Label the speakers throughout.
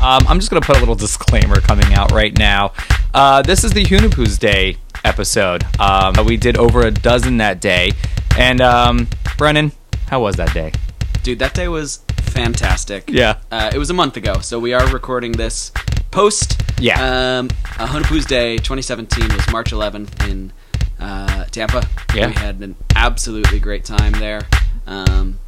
Speaker 1: Um, I'm just going to put a little disclaimer coming out right now. Uh, this is the Hunipoo's Day episode. Um, we did over a dozen that day. And um, Brennan, how was that day?
Speaker 2: Dude, that day was fantastic.
Speaker 1: Yeah.
Speaker 2: Uh, it was a month ago, so we are recording this post.
Speaker 1: Yeah.
Speaker 2: Um, uh, Hunapoo's Day 2017 was March 11th in uh, Tampa.
Speaker 1: Yeah.
Speaker 2: We had an absolutely great time there. Um,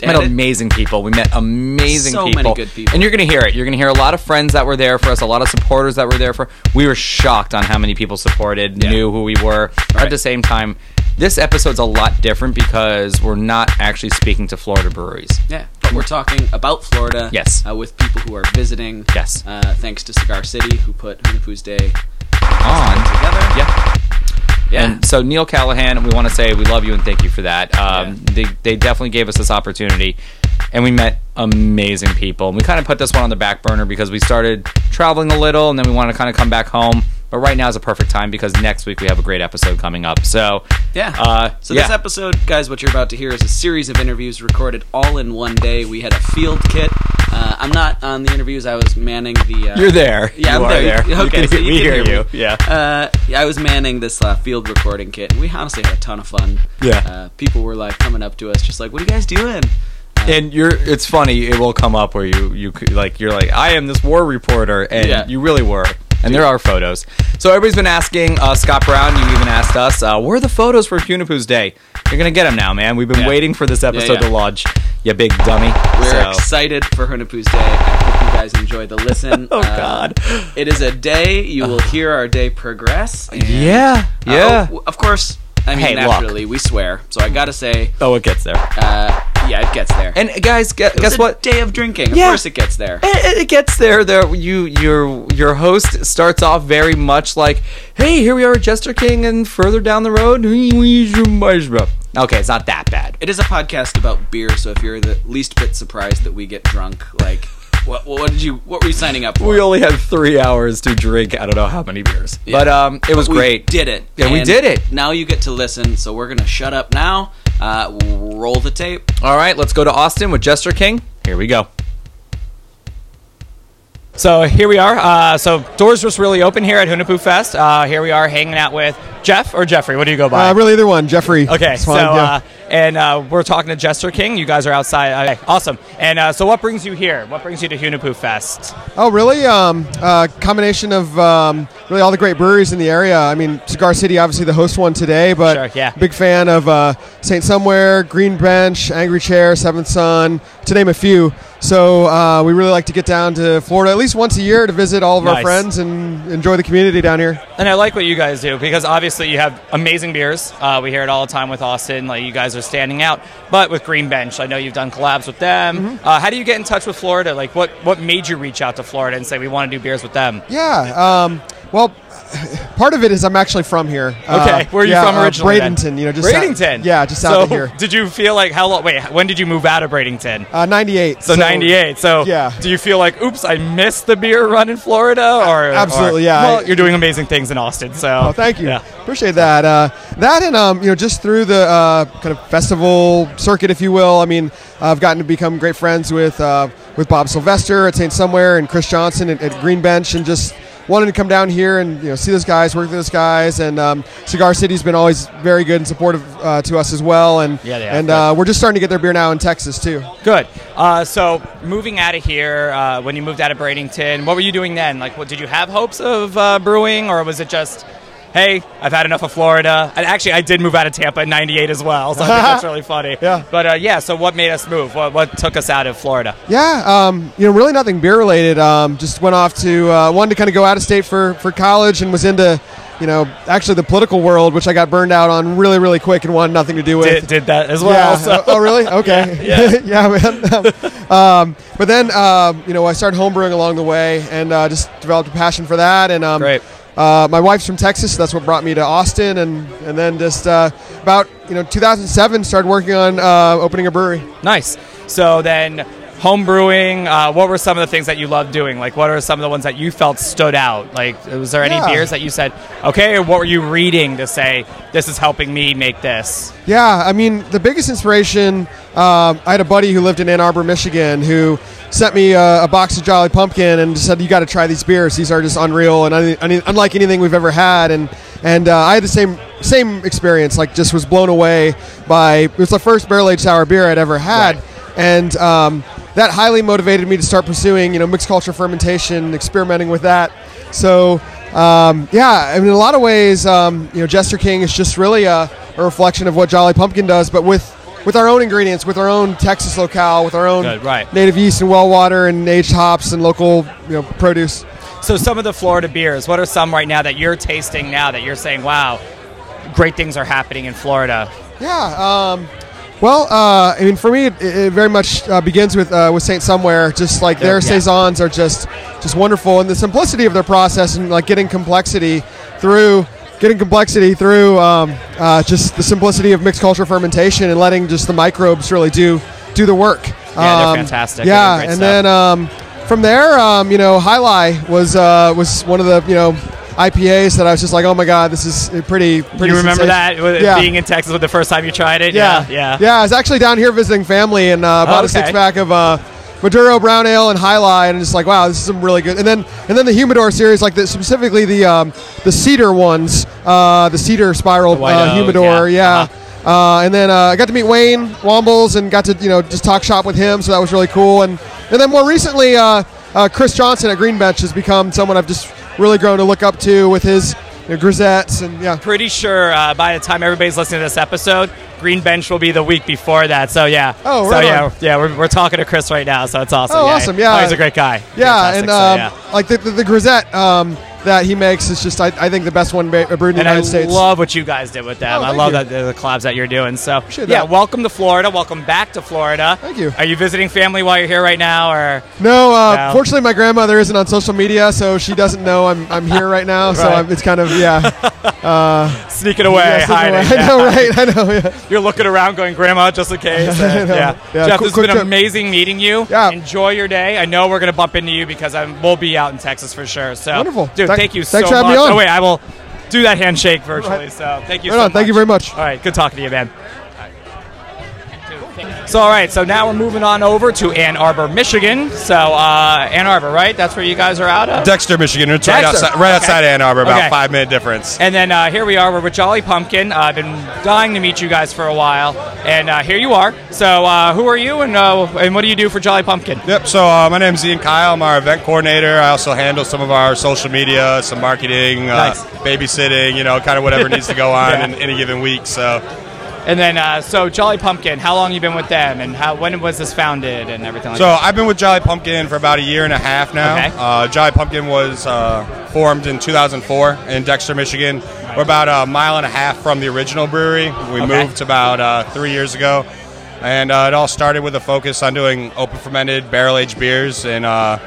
Speaker 1: met
Speaker 2: and it-
Speaker 1: amazing people. We met amazing
Speaker 2: So many
Speaker 1: people.
Speaker 2: good people.
Speaker 1: And you're going to hear it. You're going to hear a lot of friends that were there for us, a lot of supporters that were there for. We were shocked on how many people supported, knew who we were. At
Speaker 2: Right.
Speaker 1: the same time, this episode's a lot different because we're not actually speaking to Florida breweries.
Speaker 2: yeah, but we're talking about Florida.
Speaker 1: Yes.
Speaker 2: Uh, with people who are visiting.
Speaker 1: Yes.
Speaker 2: Uh, thanks to Cigar City, who put Hunapoo's Day
Speaker 1: On.
Speaker 2: together.
Speaker 1: Yeah.
Speaker 2: Yeah.
Speaker 1: And so Neil Callahan, we want to say we love you and thank you for that. Um,
Speaker 2: Yeah.
Speaker 1: they, they definitely gave us this opportunity, and we met amazing people. And we kind of put this one on the back burner because we started traveling a little, and then we wanted to kind of come back home. But right now is a perfect time because next week we have a great episode coming up. So
Speaker 2: Yeah.
Speaker 1: uh,
Speaker 2: so
Speaker 1: yeah.
Speaker 2: this episode, guys, what you're about to hear is a series of interviews recorded all in one day. We had a field kit. Uh, I'm not on the interviews. I was manning the. Uh,
Speaker 1: you're there.
Speaker 2: Yeah,
Speaker 1: you
Speaker 2: I'm
Speaker 1: are
Speaker 2: there.
Speaker 1: there.
Speaker 2: Okay,
Speaker 1: we,
Speaker 2: so you
Speaker 1: we
Speaker 2: can
Speaker 1: hear,
Speaker 2: hear
Speaker 1: you.
Speaker 2: me.
Speaker 1: Yeah.
Speaker 2: Uh, yeah, I was manning this uh, field recording kit, and we honestly had a ton of fun.
Speaker 1: Yeah.
Speaker 2: Uh, people were like coming up to us, just like, "What are you guys doing?" Uh,
Speaker 1: and you're it's funny it will come up where you you c- like you're like i am this war reporter and
Speaker 2: Yeah.
Speaker 1: you really were and there are photos so everybody's been asking uh, scott brown you even asked us uh, where are the photos for Punipoo's day you're gonna get them now man we've been
Speaker 2: Yeah.
Speaker 1: waiting for this episode to
Speaker 2: yeah.
Speaker 1: launch you big dummy
Speaker 2: we're
Speaker 1: So-
Speaker 2: excited for Hunapoo's Day. I hope you guys enjoy the listen.
Speaker 1: oh
Speaker 2: Uh,
Speaker 1: god
Speaker 2: It is a day you will hear our day progress. and-
Speaker 1: yeah
Speaker 2: Uh,
Speaker 1: yeah
Speaker 2: oh, of course. I mean,
Speaker 1: Hey, look.
Speaker 2: naturally, we swear. So I gotta say,
Speaker 1: oh it gets there
Speaker 2: uh, yeah, it gets there.
Speaker 1: and guys gu-
Speaker 2: It's
Speaker 1: guess
Speaker 2: a
Speaker 1: what
Speaker 2: Day of drinking.
Speaker 1: Yeah.
Speaker 2: Of course, it gets there.
Speaker 1: It, it gets there. There, you your your host starts off very much like, "Hey, here we are at Jester King, and further down the road, we use your mushroom." Okay, it's not that bad.
Speaker 2: It is a podcast about beer, so if you're the least bit surprised that we get drunk, like, what, what did you? What were you signing up for?
Speaker 1: We only had three hours to drink. I don't know how many beers,
Speaker 2: Yeah.
Speaker 1: but um, it was
Speaker 2: We
Speaker 1: great.
Speaker 2: Did it?
Speaker 1: Yeah, we
Speaker 2: And
Speaker 1: did it.
Speaker 2: Now you get to listen. So we're gonna shut up now. Uh, roll the tape.
Speaker 1: All right, let's go to Austin with Jester King. Here we go. So here we are. Uh, so doors just really open here at Hunapu Fest. Uh, here we are hanging out with Jeff or Jeffrey. What do you go by?
Speaker 3: Uh, really, either one. Jeffrey.
Speaker 1: Okay,
Speaker 3: It's
Speaker 1: so
Speaker 3: fine, yeah.
Speaker 1: uh, and uh, we're talking to Jester King. You guys are outside. Okay, awesome. And uh, so, what brings you here? What brings you to Hunapu Fest?
Speaker 3: oh, really? Um, uh, combination of um, really all the great breweries in the area. I mean, Cigar City, obviously the host one today, but
Speaker 1: Sure, yeah.
Speaker 3: big fan of uh, Saint Somewhere, Green Bench, Angry Chair, Seventh Son, to name a few. So uh, we really like to get down to Florida at least once a year to visit all of
Speaker 1: Nice.
Speaker 3: our friends and enjoy the community down here.
Speaker 4: And I like what you guys do because obviously you have amazing beers. Uh, we hear it all the time with Austin. Like you guys are standing out, but with Green Bench, I know you've done collabs with them.
Speaker 3: Mm-hmm.
Speaker 4: Uh, how do you get in touch with Florida? Like what what made you reach out to Florida and say we want to do beers with them?
Speaker 3: Yeah. Um, well, part of it is I'm actually from here.
Speaker 4: Okay, where are you
Speaker 3: yeah,
Speaker 4: from
Speaker 3: uh,
Speaker 4: originally then?
Speaker 3: Bradenton. You know, just out-
Speaker 4: Bradenton.
Speaker 3: yeah, just
Speaker 4: so
Speaker 3: out of here.
Speaker 4: Did you feel like how long? Wait, when did you move out of Bradenton?
Speaker 3: Uh, 98.
Speaker 4: So, 98. So
Speaker 3: Yeah.
Speaker 4: do you feel like, oops, I missed the beer run in Florida? Or
Speaker 3: absolutely,
Speaker 4: or-
Speaker 3: yeah.
Speaker 4: Well,
Speaker 3: I-
Speaker 4: you're doing amazing things in Austin. So
Speaker 3: Oh, thank you.
Speaker 4: Yeah.
Speaker 3: Appreciate that. Uh, that and um, you know, just through the uh, kind of festival circuit, if you will. I mean, I've gotten to become great friends with uh, with Bob Sylvester at Saint Somewhere and Chris Johnson at, at Green Bench, and just wanted to come down here and you know see those guys, work with those guys, and um, Cigar City's been always very good and supportive uh, to us as well. And
Speaker 4: Yeah, they are.
Speaker 3: and uh, we're just starting to get their beer now in Texas too.
Speaker 4: Good. Uh, so, moving out of here, uh, when you moved out of Bradenton, what were you doing then? Like, what, did you have hopes of uh, brewing, or was it just, hey, I've had enough of Florida? And actually, I did move out of Tampa in '98 as well, so I think that's really funny.
Speaker 3: Yeah.
Speaker 4: But uh, yeah, so what made us move? What, what took us out of Florida?
Speaker 3: Yeah, um, you know, really nothing beer related. Um, just went off to uh, wanted to kind of go out of state for for college and was into, you know, actually the political world, which I got burned out on really really quick and wanted nothing to do with.
Speaker 4: Did, did that as well.
Speaker 3: yeah.
Speaker 4: so-
Speaker 3: Oh, oh, really? Okay.
Speaker 4: Yeah,
Speaker 3: man. um, but then, um, you know, I started homebrewing along the way and uh, just developed a passion for that. And um,
Speaker 4: Great.
Speaker 3: Uh, my wife's from Texas, so that's what brought me to Austin. And and then just uh, about you know 2007 started working on uh, opening a brewery.
Speaker 4: Nice. So then
Speaker 1: home brewing. Uh, what were some of the things that you loved doing? Like, what are some of the ones that you felt stood out? Like, was there any
Speaker 3: Yeah.
Speaker 1: beers that you said, okay, or what were you reading to say this is helping me make this?
Speaker 3: Yeah, I mean, the biggest inspiration. Um, I had a buddy who lived in Ann Arbor, Michigan, who sent me uh, a, a box of Jolly Pumpkin and said, "You got to try these beers. These are just unreal and un- un- unlike anything we've ever had." And and uh, I had the same same experience. Like, just was blown away by it was the first barrel aged sour beer I'd ever had, and um, that highly motivated me to start pursuing you know mixed culture fermentation, experimenting with that. So. Um, yeah, I mean, in a lot of ways, um, you know, Jester King is just really a, a reflection of what Jolly Pumpkin does, but with with our own ingredients, with our own Texas locale, with our own
Speaker 1: Good, right.
Speaker 3: native yeast and well water and aged hops and local you know produce.
Speaker 1: So, some of the Florida beers. What are some right now that you're tasting now that you're saying, wow, great things are happening in Florida?
Speaker 3: Yeah. Um, well, uh, I mean, for me, it, it very much uh, begins with uh, with Saint Somewhere. Just like their
Speaker 1: Yeah.
Speaker 3: saisons are just just wonderful, and the simplicity of their process, and like getting complexity through getting complexity through um, uh, just the simplicity of mixed culture fermentation, and letting just the microbes really do do the work. Um,
Speaker 1: Yeah, they're fantastic. They're
Speaker 3: Yeah,
Speaker 1: doing great
Speaker 3: and
Speaker 1: stuff.
Speaker 3: then um, from there, um, you know, Highlight was uh, was one of the you know. IPAs that I was just like, oh my god, this is pretty. pretty
Speaker 1: you remember
Speaker 3: sensational."
Speaker 1: that with it
Speaker 3: Yeah.
Speaker 1: being in Texas with the first time you tried it?
Speaker 3: Yeah,
Speaker 1: yeah.
Speaker 3: I was actually down here visiting family and uh, bought a
Speaker 1: okay.
Speaker 3: six pack of uh, Maduro Brown Ale and High Lie, and just like, wow, this is some really good. And then and then the Humidor series, like the, specifically the um, the cedar ones, uh, the cedar spiral
Speaker 1: white
Speaker 3: uh,
Speaker 1: oak,
Speaker 3: Humidor,
Speaker 1: yeah. Uh-huh.
Speaker 3: yeah. uh and then uh, I got to meet Wayne Wombles and got to you know just talk shop with him, so that was really cool. And and then more recently, uh, uh, Chris Johnson at Greenbench has become someone I've just really grown to look up to with his you know, grisettes and yeah.
Speaker 1: Pretty sure uh, by the time everybody's listening to this episode, Green Bench will be the week before that. So, yeah.
Speaker 3: Oh,
Speaker 1: So,
Speaker 3: right
Speaker 1: yeah,
Speaker 3: on.
Speaker 1: yeah we're, we're talking to Chris right now, so it's awesome.
Speaker 3: Oh, awesome, yeah.
Speaker 1: Oh, he's a great guy.
Speaker 3: Yeah,
Speaker 1: Fantastic,
Speaker 3: and
Speaker 1: so,
Speaker 3: um,
Speaker 1: yeah.
Speaker 3: like the, the, the grisette um, that he makes is just, I, I think, the best one ba- uh, brewed in the
Speaker 1: And I
Speaker 3: United States.
Speaker 1: love what you guys did with them.
Speaker 3: Oh,
Speaker 1: I
Speaker 3: thank
Speaker 1: love
Speaker 3: you.
Speaker 1: that the collabs that you're doing. So
Speaker 3: Appreciate
Speaker 1: yeah,
Speaker 3: that.
Speaker 1: welcome to Florida. Welcome back to Florida.
Speaker 3: Thank you.
Speaker 1: Are you visiting family while you're here right now, or
Speaker 3: no, uh,
Speaker 1: Wow.
Speaker 3: fortunately, my grandmother isn't on social media, so she doesn't know I'm, I'm here right now. So
Speaker 1: Right.
Speaker 3: I'm, it's kind of yeah. Uh,
Speaker 1: sneaking away,
Speaker 3: yeah, sitting
Speaker 1: hiding?
Speaker 3: away.
Speaker 1: Yeah.
Speaker 3: I know, right? I know. Yeah.
Speaker 1: You're looking around, going, "Grandma, just in case." And,
Speaker 3: know.
Speaker 1: yeah.
Speaker 3: Yeah,
Speaker 1: Jeff,
Speaker 3: quick-
Speaker 1: this has been
Speaker 3: quick trip.
Speaker 1: amazing meeting you.
Speaker 3: Yeah.
Speaker 1: Enjoy your day. I know we're gonna bump into you because I we'll be out in Texas for sure. So
Speaker 3: Wonderful.
Speaker 1: dude.
Speaker 3: Thank-
Speaker 1: thank you
Speaker 3: thanks
Speaker 1: so
Speaker 3: for having
Speaker 1: much.
Speaker 3: me on.
Speaker 1: Oh wait, I will do that handshake virtually. So thank you.
Speaker 3: Right
Speaker 1: so
Speaker 3: on. Thank you very much.
Speaker 1: All right, good talking to you, man. So, all right, so now we're moving on over to Ann Arbor, Michigan. So, uh, Ann Arbor, right? That's where you guys are out of?
Speaker 5: Dexter, Michigan. It's right
Speaker 1: Dexter.
Speaker 5: outside, right
Speaker 1: Okay.
Speaker 5: outside Ann Arbor, about
Speaker 1: Okay.
Speaker 5: five minute difference.
Speaker 1: And then uh, here we are. We're with Jolly Pumpkin. Uh, I've been dying to meet you guys for a while, and uh, here you are. So, uh, who are you, and uh, and what do you do for Jolly Pumpkin?
Speaker 5: Yep. So uh, my name's Ian Kyle. I'm our event coordinator. I also handle some of our social media, some marketing,
Speaker 1: Nice.
Speaker 5: uh, babysitting. You know, kind of whatever needs to go on in any given week. So
Speaker 1: And then, uh, so Jolly Pumpkin. How long you been with them, and how when was this founded, and everything like
Speaker 5: So
Speaker 1: that?
Speaker 5: I've been with Jolly Pumpkin for about a year and a half now.
Speaker 1: Okay.
Speaker 5: Uh, Jolly Pumpkin was uh, formed in 2004 in Dexter, Michigan. We're about a mile and a half from the original brewery. We
Speaker 1: Okay.
Speaker 5: moved about uh, three years ago, and uh, it all started with a focus on doing open fermented barrel aged beers and uh,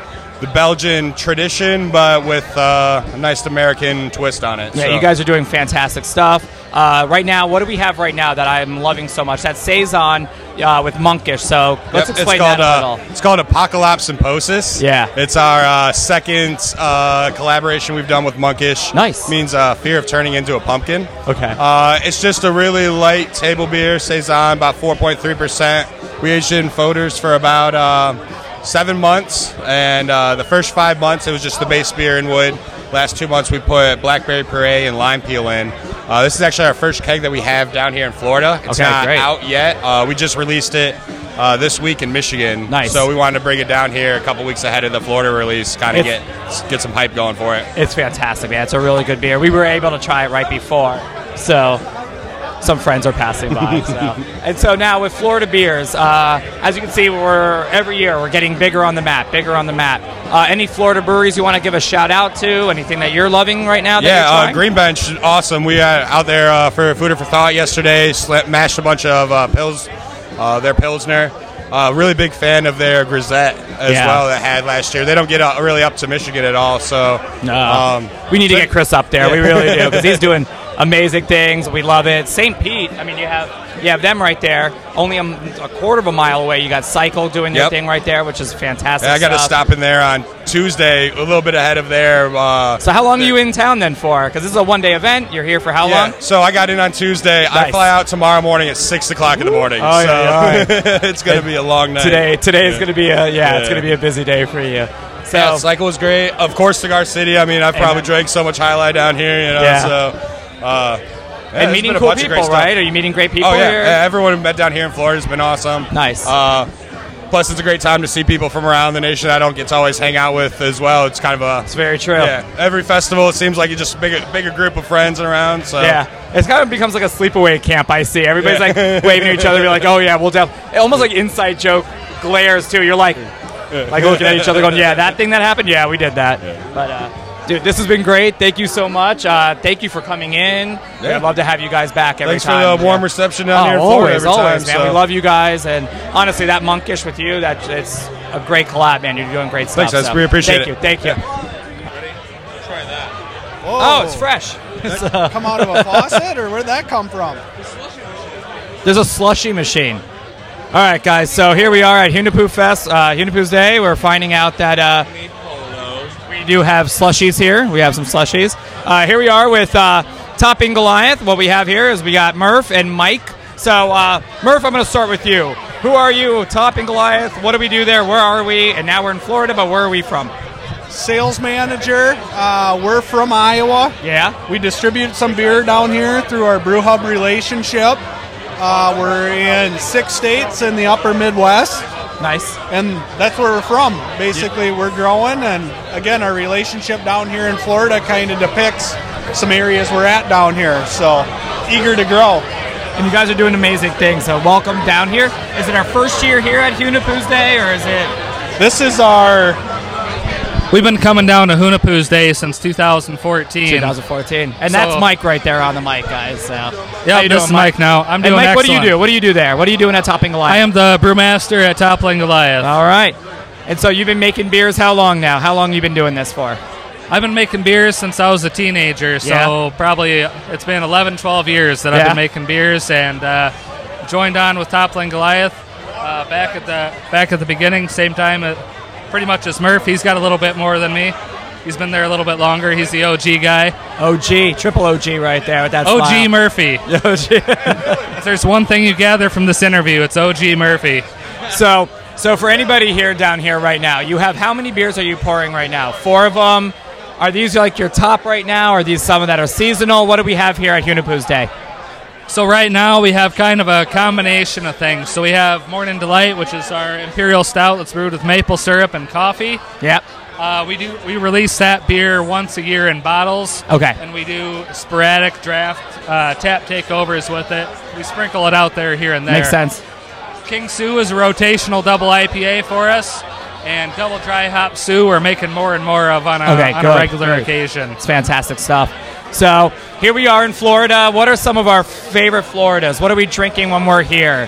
Speaker 5: the Belgian tradition, but with uh, a nice American twist on it.
Speaker 1: Yeah,
Speaker 5: uh, So-
Speaker 1: you guys are doing fantastic stuff. Uh, right now, what do we have right now that I'm loving so much? That saison uh, with monkish. So let's
Speaker 5: Yep,
Speaker 1: explain
Speaker 5: it's
Speaker 1: that
Speaker 5: called,
Speaker 1: a
Speaker 5: uh,
Speaker 1: little.
Speaker 5: It's called Apocalypse and Posis.
Speaker 1: Yeah.
Speaker 5: It's our uh, second uh, collaboration we've done with Monkish.
Speaker 1: Nice.
Speaker 5: Means uh, fear of turning into a pumpkin.
Speaker 1: Okay.
Speaker 5: Uh, it's just a really light table beer, Saison, about 4.3%. We aged it in Foders for about uh, seven months. And uh, the first five months, it was just the base beer in wood. Last two months, we put blackberry puree and lime peel in. Uh, this is actually our first keg that we have down here in Florida. It's
Speaker 1: Okay,
Speaker 5: not
Speaker 1: great.
Speaker 5: out yet. Uh, we just released it uh, this week in Michigan.
Speaker 1: Nice.
Speaker 5: So we wanted to bring it down here a couple weeks ahead of the Florida release, kind of
Speaker 1: It's-
Speaker 5: get get some hype going for it.
Speaker 1: It's fantastic, man. It's a really good beer. We were able to try it right before, so some friends are passing by. So. and so now with Florida beers, uh, as you can see, we're every year we're getting bigger on the map, bigger on the map. Uh, any Florida breweries you want to give a shout out to? Anything that you're loving right now? That
Speaker 5: Yeah,
Speaker 1: you're
Speaker 5: uh,
Speaker 1: trying?
Speaker 5: Green Bench, awesome. We uh, out there uh, for Food for Thought yesterday, sla- mashed a bunch of uh, pills, uh, their Pilsner. Uh, really big fan of their Grisette as
Speaker 1: Yeah.
Speaker 5: well that had last year. They don't get uh, really up to Michigan at all, so
Speaker 1: No.
Speaker 5: um,
Speaker 1: we need to get Chris up there. We really do because he's doing amazing things. We love it. St. Pete, I mean, you have you have them right there. Only a, m- a quarter of a mile away, you got Cycle doing their
Speaker 5: Yep.
Speaker 1: thing right there, which is fantastic.
Speaker 5: And I got to
Speaker 1: stuff.
Speaker 5: stop in there on Tuesday, a little bit ahead of there. Uh,
Speaker 1: So how long are you in town then for? Because this is a one day event. You're here for how
Speaker 5: yeah.
Speaker 1: long?
Speaker 5: So I got in on Tuesday. I
Speaker 1: Nice.
Speaker 5: fly out tomorrow morning at six o'clock in the morning.
Speaker 1: Oh, yeah,
Speaker 5: so
Speaker 1: yeah.
Speaker 5: it's gonna be a long night
Speaker 1: Today, today is going to be a yeah, it's
Speaker 5: Yeah.
Speaker 1: going to be a busy day for you. So
Speaker 5: Yeah, cycle was great. Of course, Cigar City. I mean, I've probably
Speaker 1: Amen.
Speaker 5: drank so much highlight down here, you know.
Speaker 1: Yeah.
Speaker 5: So, uh, yeah,
Speaker 1: and
Speaker 5: there's
Speaker 1: meeting
Speaker 5: been a
Speaker 1: cool
Speaker 5: bunch of great
Speaker 1: people,
Speaker 5: stuff.
Speaker 1: right? Are you meeting great people
Speaker 5: Oh yeah,
Speaker 1: here?
Speaker 5: yeah, everyone I've met down here in Florida has been awesome.
Speaker 1: Nice.
Speaker 5: Uh, plus, it's a great time to see people from around the nation I don't get to always hang out with as well. It's kind of a
Speaker 1: It's very true.
Speaker 5: yeah. Every festival, it seems like you just bigger bigger group of friends around. So
Speaker 1: Yeah, it's kind of becomes like a sleepaway camp. I see everybody's
Speaker 5: Yeah.
Speaker 1: like waving to each other, be like, "Oh yeah, we'll def-" Almost like inside joke glares too. You're like, like looking at each other, going, "Yeah, that thing that happened. Yeah, we did that." But uh, dude, this has been great. Thank you so much. Uh, thank you for coming in.
Speaker 5: Yeah.
Speaker 1: We'd love to have you guys back every
Speaker 5: Thanks for
Speaker 1: time.
Speaker 5: the warm
Speaker 1: Yeah.
Speaker 5: reception down
Speaker 1: Oh,
Speaker 5: here in Florida.
Speaker 1: always,
Speaker 5: every
Speaker 1: always,
Speaker 5: time,
Speaker 1: man.
Speaker 5: so.
Speaker 1: We love you guys, and honestly, that monkish with you, that it's a great collab, man. You're doing great stuff.
Speaker 5: Thanks, guys.
Speaker 1: so
Speaker 5: We appreciate
Speaker 1: thank
Speaker 5: it.
Speaker 1: Thank you, thank you. Oh, it's fresh. It's, uh,
Speaker 4: Come out of a faucet, or where did that come from?
Speaker 1: There's a slushy machine. All right, guys. So here we are at Hunapoo Fest, uh, Hunapoo's Day. We're finding out that uh, we do have slushies here. We have some slushies. Uh, here we are with uh, Topping Goliath. What we have here is we got Murph and Mike. So uh, Murph, I'm going to start with you. Who are you, Topping Goliath? What do we do there? Where are we? And now we're in Florida, but where are we from?
Speaker 4: Sales manager. Uh, we're from Iowa.
Speaker 1: Yeah.
Speaker 4: We distribute some beer down here through our brew hub relationship. Uh, we're in six states in the upper Midwest,
Speaker 1: Nice.
Speaker 4: and that's where we're from. Basically, we're growing, and again, our relationship down here in Florida kind of depicts some areas we're at down here. So, eager to grow.
Speaker 1: And you guys are doing amazing things. So welcome down here. Is it our first year here at Hunapoo's Day, or is it?
Speaker 4: This is our
Speaker 6: We've been coming down to Hunapoo's Day since 2014.
Speaker 1: 2014. And
Speaker 6: So-
Speaker 1: that's Mike right there on the mic, guys. So. How
Speaker 6: Yeah,
Speaker 1: you
Speaker 6: this
Speaker 1: doing,
Speaker 6: is Mike now. I'm
Speaker 1: And
Speaker 6: doing
Speaker 1: Mike, what do you do?
Speaker 6: excellent.
Speaker 1: What do you do there? What are you doing at Topping Goliath?
Speaker 6: I am the brewmaster at Toppling Goliath.
Speaker 1: All right. And so you've been making beers how long now? How long you been doing this for?
Speaker 6: I've been making beers since I was a teenager, so
Speaker 1: Yeah.
Speaker 6: probably it's been 11, 12 years that I've
Speaker 1: Yeah.
Speaker 6: been making beers and uh, joined on with Toppling Goliath uh, back at the back at the beginning, same time, at, pretty much as Murph. He's got a little bit more than me. He's been there a little bit longer. He's the OG guy,
Speaker 1: OG, triple OG right there with that
Speaker 6: OG
Speaker 1: smile.
Speaker 6: Murphy. If there's one thing you gather from this interview, it's OG Murphy.
Speaker 1: so, so for anybody here down here right now, you have how many beers are you pouring right now? Four of them. Are these like your top right now? Are these some that are seasonal? What do we have here at Hunapoo's Day?
Speaker 6: So right now we have kind of a combination of things. So we have Morning Delight, which is our imperial stout that's brewed with maple syrup and coffee.
Speaker 1: Yep.
Speaker 6: Uh, we do we release that beer once a year in bottles.
Speaker 1: Okay.
Speaker 6: And we do sporadic draft uh, tap takeovers with it. We sprinkle it out there here and there.
Speaker 1: Makes sense.
Speaker 6: King Sue is a rotational double IPA for us, and double dry hop Sue we're making more and more of on a,
Speaker 1: Okay,
Speaker 6: on
Speaker 1: good,
Speaker 6: a regular
Speaker 1: great.
Speaker 6: occasion.
Speaker 1: It's fantastic stuff. So here we are in Florida. What are some of our favorite Floridas? What are we drinking when we're here?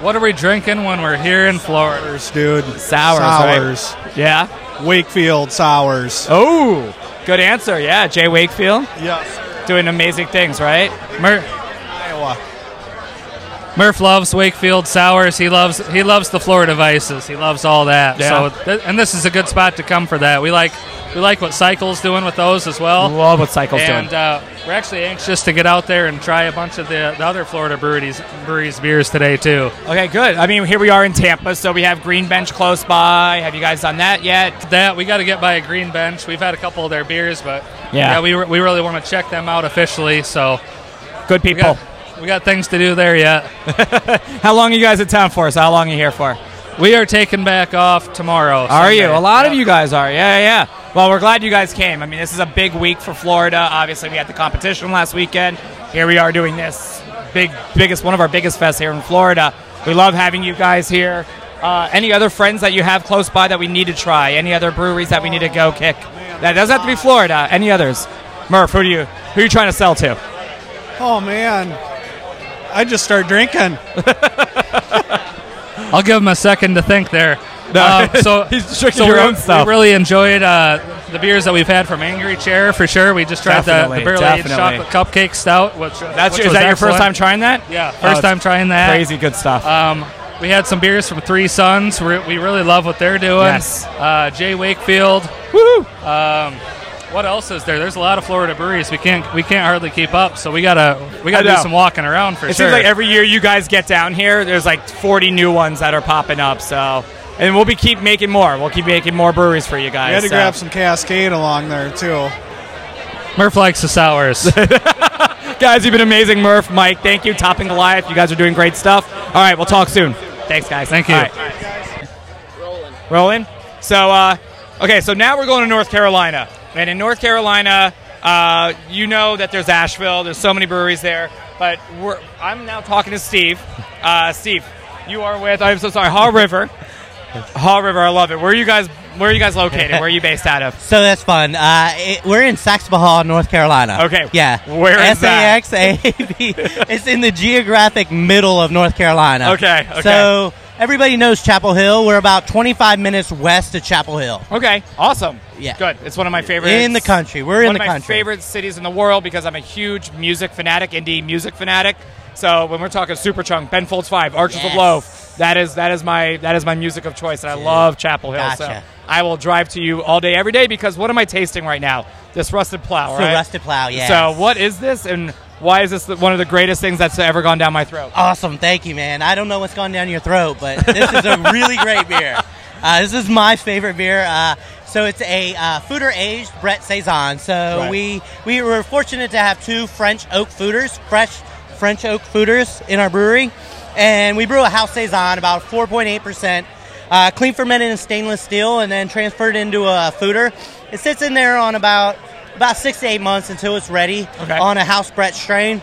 Speaker 6: What are we drinking when we're here in Florida?
Speaker 4: dude.
Speaker 1: Sours,
Speaker 4: Sours.
Speaker 1: Yeah.
Speaker 4: Wakefield sours.
Speaker 1: Oh, good answer. Yeah, Jay Wakefield
Speaker 4: Yes.
Speaker 1: doing amazing things, right?
Speaker 6: Mur-
Speaker 4: Iowa.
Speaker 6: Murph loves Wakefield sours. He loves he loves the Florida Vices. He loves all that. So
Speaker 1: Yeah.
Speaker 6: th- and this is a good spot to come for that. We like we like what Cycle's doing with those as well.
Speaker 1: Love what Cycle's
Speaker 6: and
Speaker 1: doing.
Speaker 6: uh, we're actually anxious to get out there and try a bunch of the, the other Florida breweries breweries beers today too.
Speaker 1: Okay, good. I mean, here we are in Tampa, so we have Green Bench close by. Have you guys done that yet?
Speaker 6: That we got to get by a Green Bench. We've had a couple of their beers, but
Speaker 1: Yeah.
Speaker 6: we re- we really want to check them out officially. So
Speaker 1: Good
Speaker 6: we got,
Speaker 1: people.
Speaker 6: we got things to do there yet.
Speaker 1: How long are you guys in town for? So how long are you here for?
Speaker 6: We are taking back off tomorrow.
Speaker 1: Are you?
Speaker 6: Sunday.
Speaker 1: A lot of you guys are. Yeah, yeah. yeah. Well, we're glad you guys came. I mean, this is a big week for Florida. Obviously, we had the competition last weekend. Here we are doing this big, biggest one of our biggest fests here in Florida. We love having you guys here. Uh, any other friends that you have close by that we need to try? Any other breweries that we need to go kick? That doesn't have to be Florida. Any others? Murph, who do you who are you trying to sell to?
Speaker 4: Oh man, I just start drinking.
Speaker 6: I'll give him a second to think there.
Speaker 1: No.
Speaker 6: Uh, so
Speaker 1: He's drinking
Speaker 6: so
Speaker 1: your
Speaker 6: we-
Speaker 1: own stuff.
Speaker 6: We really enjoyed uh, the beers that we've had from Angry Chair for sure. We just tried the, the
Speaker 1: Definitely,
Speaker 6: barrel aged
Speaker 1: definitely.
Speaker 6: chocolate cupcake stout. Which, uh,
Speaker 1: That's
Speaker 6: which
Speaker 1: your, is
Speaker 6: was
Speaker 1: that your first
Speaker 6: excellent.
Speaker 1: time trying that?
Speaker 6: Yeah,
Speaker 1: Oh,
Speaker 6: first
Speaker 1: it's
Speaker 6: time trying that.
Speaker 1: Crazy good stuff.
Speaker 6: Um, we had some beers from Three Sons. We're, we really love what they're doing.
Speaker 1: Yes.
Speaker 6: Uh, Jay Wakefield.
Speaker 1: Woo!
Speaker 6: Um, what else is there? There's a lot of Florida breweries. We can't we can't hardly keep up. So we gotta we gotta
Speaker 1: I
Speaker 6: do
Speaker 1: know.
Speaker 6: some walking around for
Speaker 1: It
Speaker 6: sure.
Speaker 1: seems like every year you guys get down here, there's like 40 new ones that are popping up. So, and we'll be keep making more. We'll keep making more breweries for you guys.
Speaker 4: We had to
Speaker 1: so.
Speaker 4: grab some Cascade along there too.
Speaker 6: Murph likes the sours.
Speaker 1: Guys, you've been amazing, Murph, Mike. Thank you, Topping Goliath. You guys are doing great stuff. All right, we'll talk soon. Thanks, guys.
Speaker 6: Thank you.
Speaker 1: All right. Rolling. So, uh, okay, so now we're going to North Carolina, and in North Carolina, uh, you know that there's Asheville. There's so many breweries there, but we're, I'm now talking to Steve. Uh, Steve, you are with. I'm so sorry, Haw River. Haw River, I love it. Where are you guys? Where are you guys located? Where are you based out of?
Speaker 7: So that's fun. Uh, it, we're in Saxbahal, North Carolina.
Speaker 1: Okay.
Speaker 7: Yeah.
Speaker 1: Where is that?
Speaker 7: S-A-X-A-B. it's in the geographic middle of North Carolina.
Speaker 1: Okay, okay.
Speaker 7: So everybody knows Chapel Hill. We're about 25 minutes west of Chapel Hill.
Speaker 1: Okay, awesome.
Speaker 7: Yeah.
Speaker 1: good. It's one of my favorites
Speaker 7: In the country. We're in
Speaker 1: one
Speaker 7: the
Speaker 1: of my
Speaker 7: country.
Speaker 1: favorite cities in the world because I'm a huge music fanatic, indie music fanatic. So when we're talking Superchunk, Ben Folds Five, Archers of
Speaker 7: Yes.
Speaker 1: Low, that is that is my that is my music of choice, and I love Chapel Hill. So
Speaker 7: Gotcha.
Speaker 1: I will drive to you all day, every day because what am I tasting right now? This rusted plow,
Speaker 7: So
Speaker 1: right?
Speaker 7: Rusted Plow, yeah.
Speaker 1: So what is this, and why is this the- one of the greatest things that's ever gone down my throat?
Speaker 7: Awesome. Thank you, man. I don't know what's going down your throat, but this is a really great beer. Uh, this is my favorite beer. Uh, so it's a uh, fooder aged Brett Saison. So we we were fortunate to have two French oak fooders, fresh French oak fooders in our brewery, and we brew a house saison about 4.8 percent, uh, clean fermented in stainless steel, and then transferred into a fooder. It sits in there on about about six to eight months until it's ready
Speaker 1: Okay.
Speaker 7: on a house Brett strain.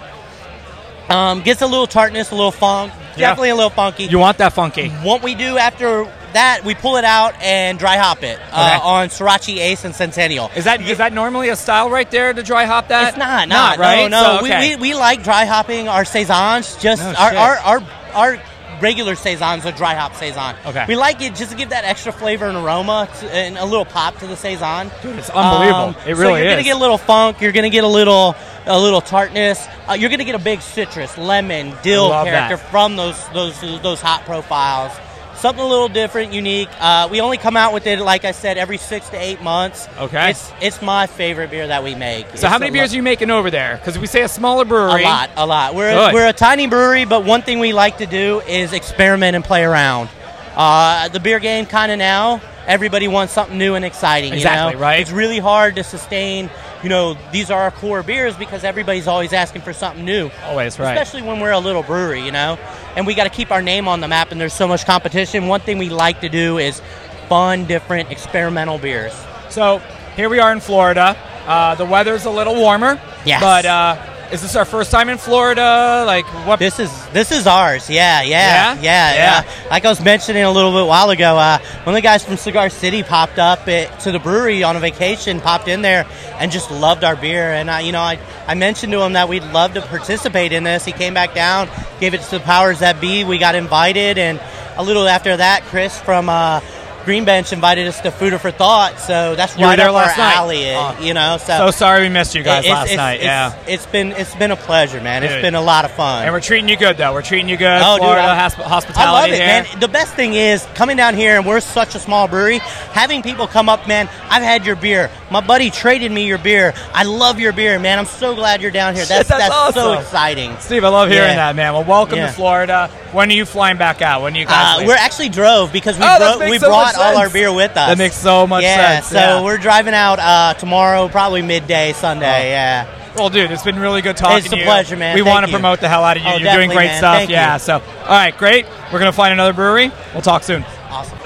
Speaker 7: Um, gets a little tartness, a little funk,
Speaker 1: Yeah.
Speaker 7: definitely a little funky.
Speaker 1: You want that funky?
Speaker 7: what we do after that, we pull it out and dry hop it uh,
Speaker 1: Okay.
Speaker 7: on Sriracha Ace and Centennial.
Speaker 1: Is that is that normally a style right there to dry hop that?
Speaker 7: It's not,
Speaker 1: not
Speaker 7: not,
Speaker 1: right.
Speaker 7: No, no.
Speaker 1: So, okay.
Speaker 7: we, we, we like dry hopping our saisons. Just
Speaker 1: No
Speaker 7: our,
Speaker 1: shit.
Speaker 7: our our our regular saisons are dry hop saison.
Speaker 1: Okay.
Speaker 7: We like it just to give that extra flavor and aroma to, and a little pop to the saison. Um, Dude,
Speaker 1: it's unbelievable. It
Speaker 7: so
Speaker 1: really
Speaker 7: you're gonna
Speaker 1: is.
Speaker 7: get a little funk. You're gonna get a little a little tartness. Uh, you're gonna get a big citrus, lemon, dill
Speaker 1: Love
Speaker 7: character
Speaker 1: that.
Speaker 7: from those those those hot profiles. Something a little different, unique. Uh, we only come out with it, like I said, every six to eight months.
Speaker 1: Okay.
Speaker 7: It's it's my favorite beer that we make.
Speaker 1: so how many beers are you making over there? Because we say a smaller brewery.
Speaker 7: A lot, a lot. We're
Speaker 1: Good.
Speaker 7: we're a tiny brewery, but one thing we like to do is experiment and play around. Uh, the beer game kind of now, everybody wants something new and exciting. you
Speaker 1: Exactly,
Speaker 7: know?
Speaker 1: right.
Speaker 7: It's really hard to sustain. You know, these are our core beers because everybody's always asking for something new.
Speaker 1: Always right.
Speaker 7: Especially when we're a little brewery, you know, and we got to keep our name on the map. And there's so much competition. One thing we like to do is fun, different, experimental beers.
Speaker 1: So here we are in Florida. Uh, the weather's a little warmer.
Speaker 7: Yes.
Speaker 1: But uh, is this our first time in Florida? Like what?
Speaker 7: This is this is ours. Yeah,
Speaker 1: Yeah?
Speaker 7: yeah, yeah,
Speaker 1: Yeah.
Speaker 7: yeah. Like I was mentioning a little bit while ago, uh, one of the guys from Cigar City popped up at, to the brewery on a vacation, popped in there, and just loved our beer. And I, you know, I, I mentioned to him that we'd love to participate in this. He came back down, gave it to the powers that be. We got invited, and a little after that, Chris from. Uh, Green Bench invited us to Fooder for Thought, so that's
Speaker 1: You were
Speaker 7: right
Speaker 1: there
Speaker 7: up
Speaker 1: last
Speaker 7: our
Speaker 1: night.
Speaker 7: alley,
Speaker 1: Oh.
Speaker 7: you know.
Speaker 1: so
Speaker 7: So,
Speaker 1: sorry we missed you guys
Speaker 7: it's-
Speaker 1: last
Speaker 7: it's-
Speaker 1: night.
Speaker 7: it's-
Speaker 1: yeah.
Speaker 7: it's been it's been a pleasure, man. It's
Speaker 1: Dude.
Speaker 7: been a lot of fun.
Speaker 1: And we're treating you good though. We're treating you good.
Speaker 7: Oh, dude,
Speaker 1: Florida
Speaker 7: I-
Speaker 1: hosp-
Speaker 7: I love
Speaker 1: hospitality
Speaker 7: it,
Speaker 1: there.
Speaker 7: man. The best thing is coming down here, and we're such a small brewery. Having people come up, man. I've had your beer. My buddy traded me your beer. I love your beer, man. I'm so glad you're down here.
Speaker 1: Shit,
Speaker 7: That's
Speaker 1: that's
Speaker 7: that's,
Speaker 1: awesome.
Speaker 7: so exciting.
Speaker 1: Steve, I love hearing
Speaker 7: Yeah.
Speaker 1: that, man. Well, welcome
Speaker 7: Yeah.
Speaker 1: to Florida. When are you flying back out? When are you guys?
Speaker 7: Uh,
Speaker 1: leaving?
Speaker 7: we're actually drove because we
Speaker 1: Oh, that
Speaker 7: bro-
Speaker 1: makes
Speaker 7: we
Speaker 1: so much
Speaker 7: brought all our
Speaker 1: sense.
Speaker 7: beer with us.
Speaker 1: That makes so much
Speaker 7: yeah,
Speaker 1: sense.
Speaker 7: So we're driving out uh, tomorrow, probably midday Sunday.
Speaker 1: Oh.
Speaker 7: Yeah.
Speaker 1: Well, dude, it's been really good talking
Speaker 7: It's a
Speaker 1: to you.
Speaker 7: pleasure, man.
Speaker 1: We
Speaker 7: Thank
Speaker 1: want to
Speaker 7: you.
Speaker 1: promote the hell out of you.
Speaker 7: Oh,
Speaker 1: You're doing
Speaker 7: definitely,
Speaker 1: great
Speaker 7: man.
Speaker 1: stuff.
Speaker 7: Thank you.
Speaker 1: yeah. So, all right, great. We're gonna find another brewery. We'll talk soon.
Speaker 7: Awesome.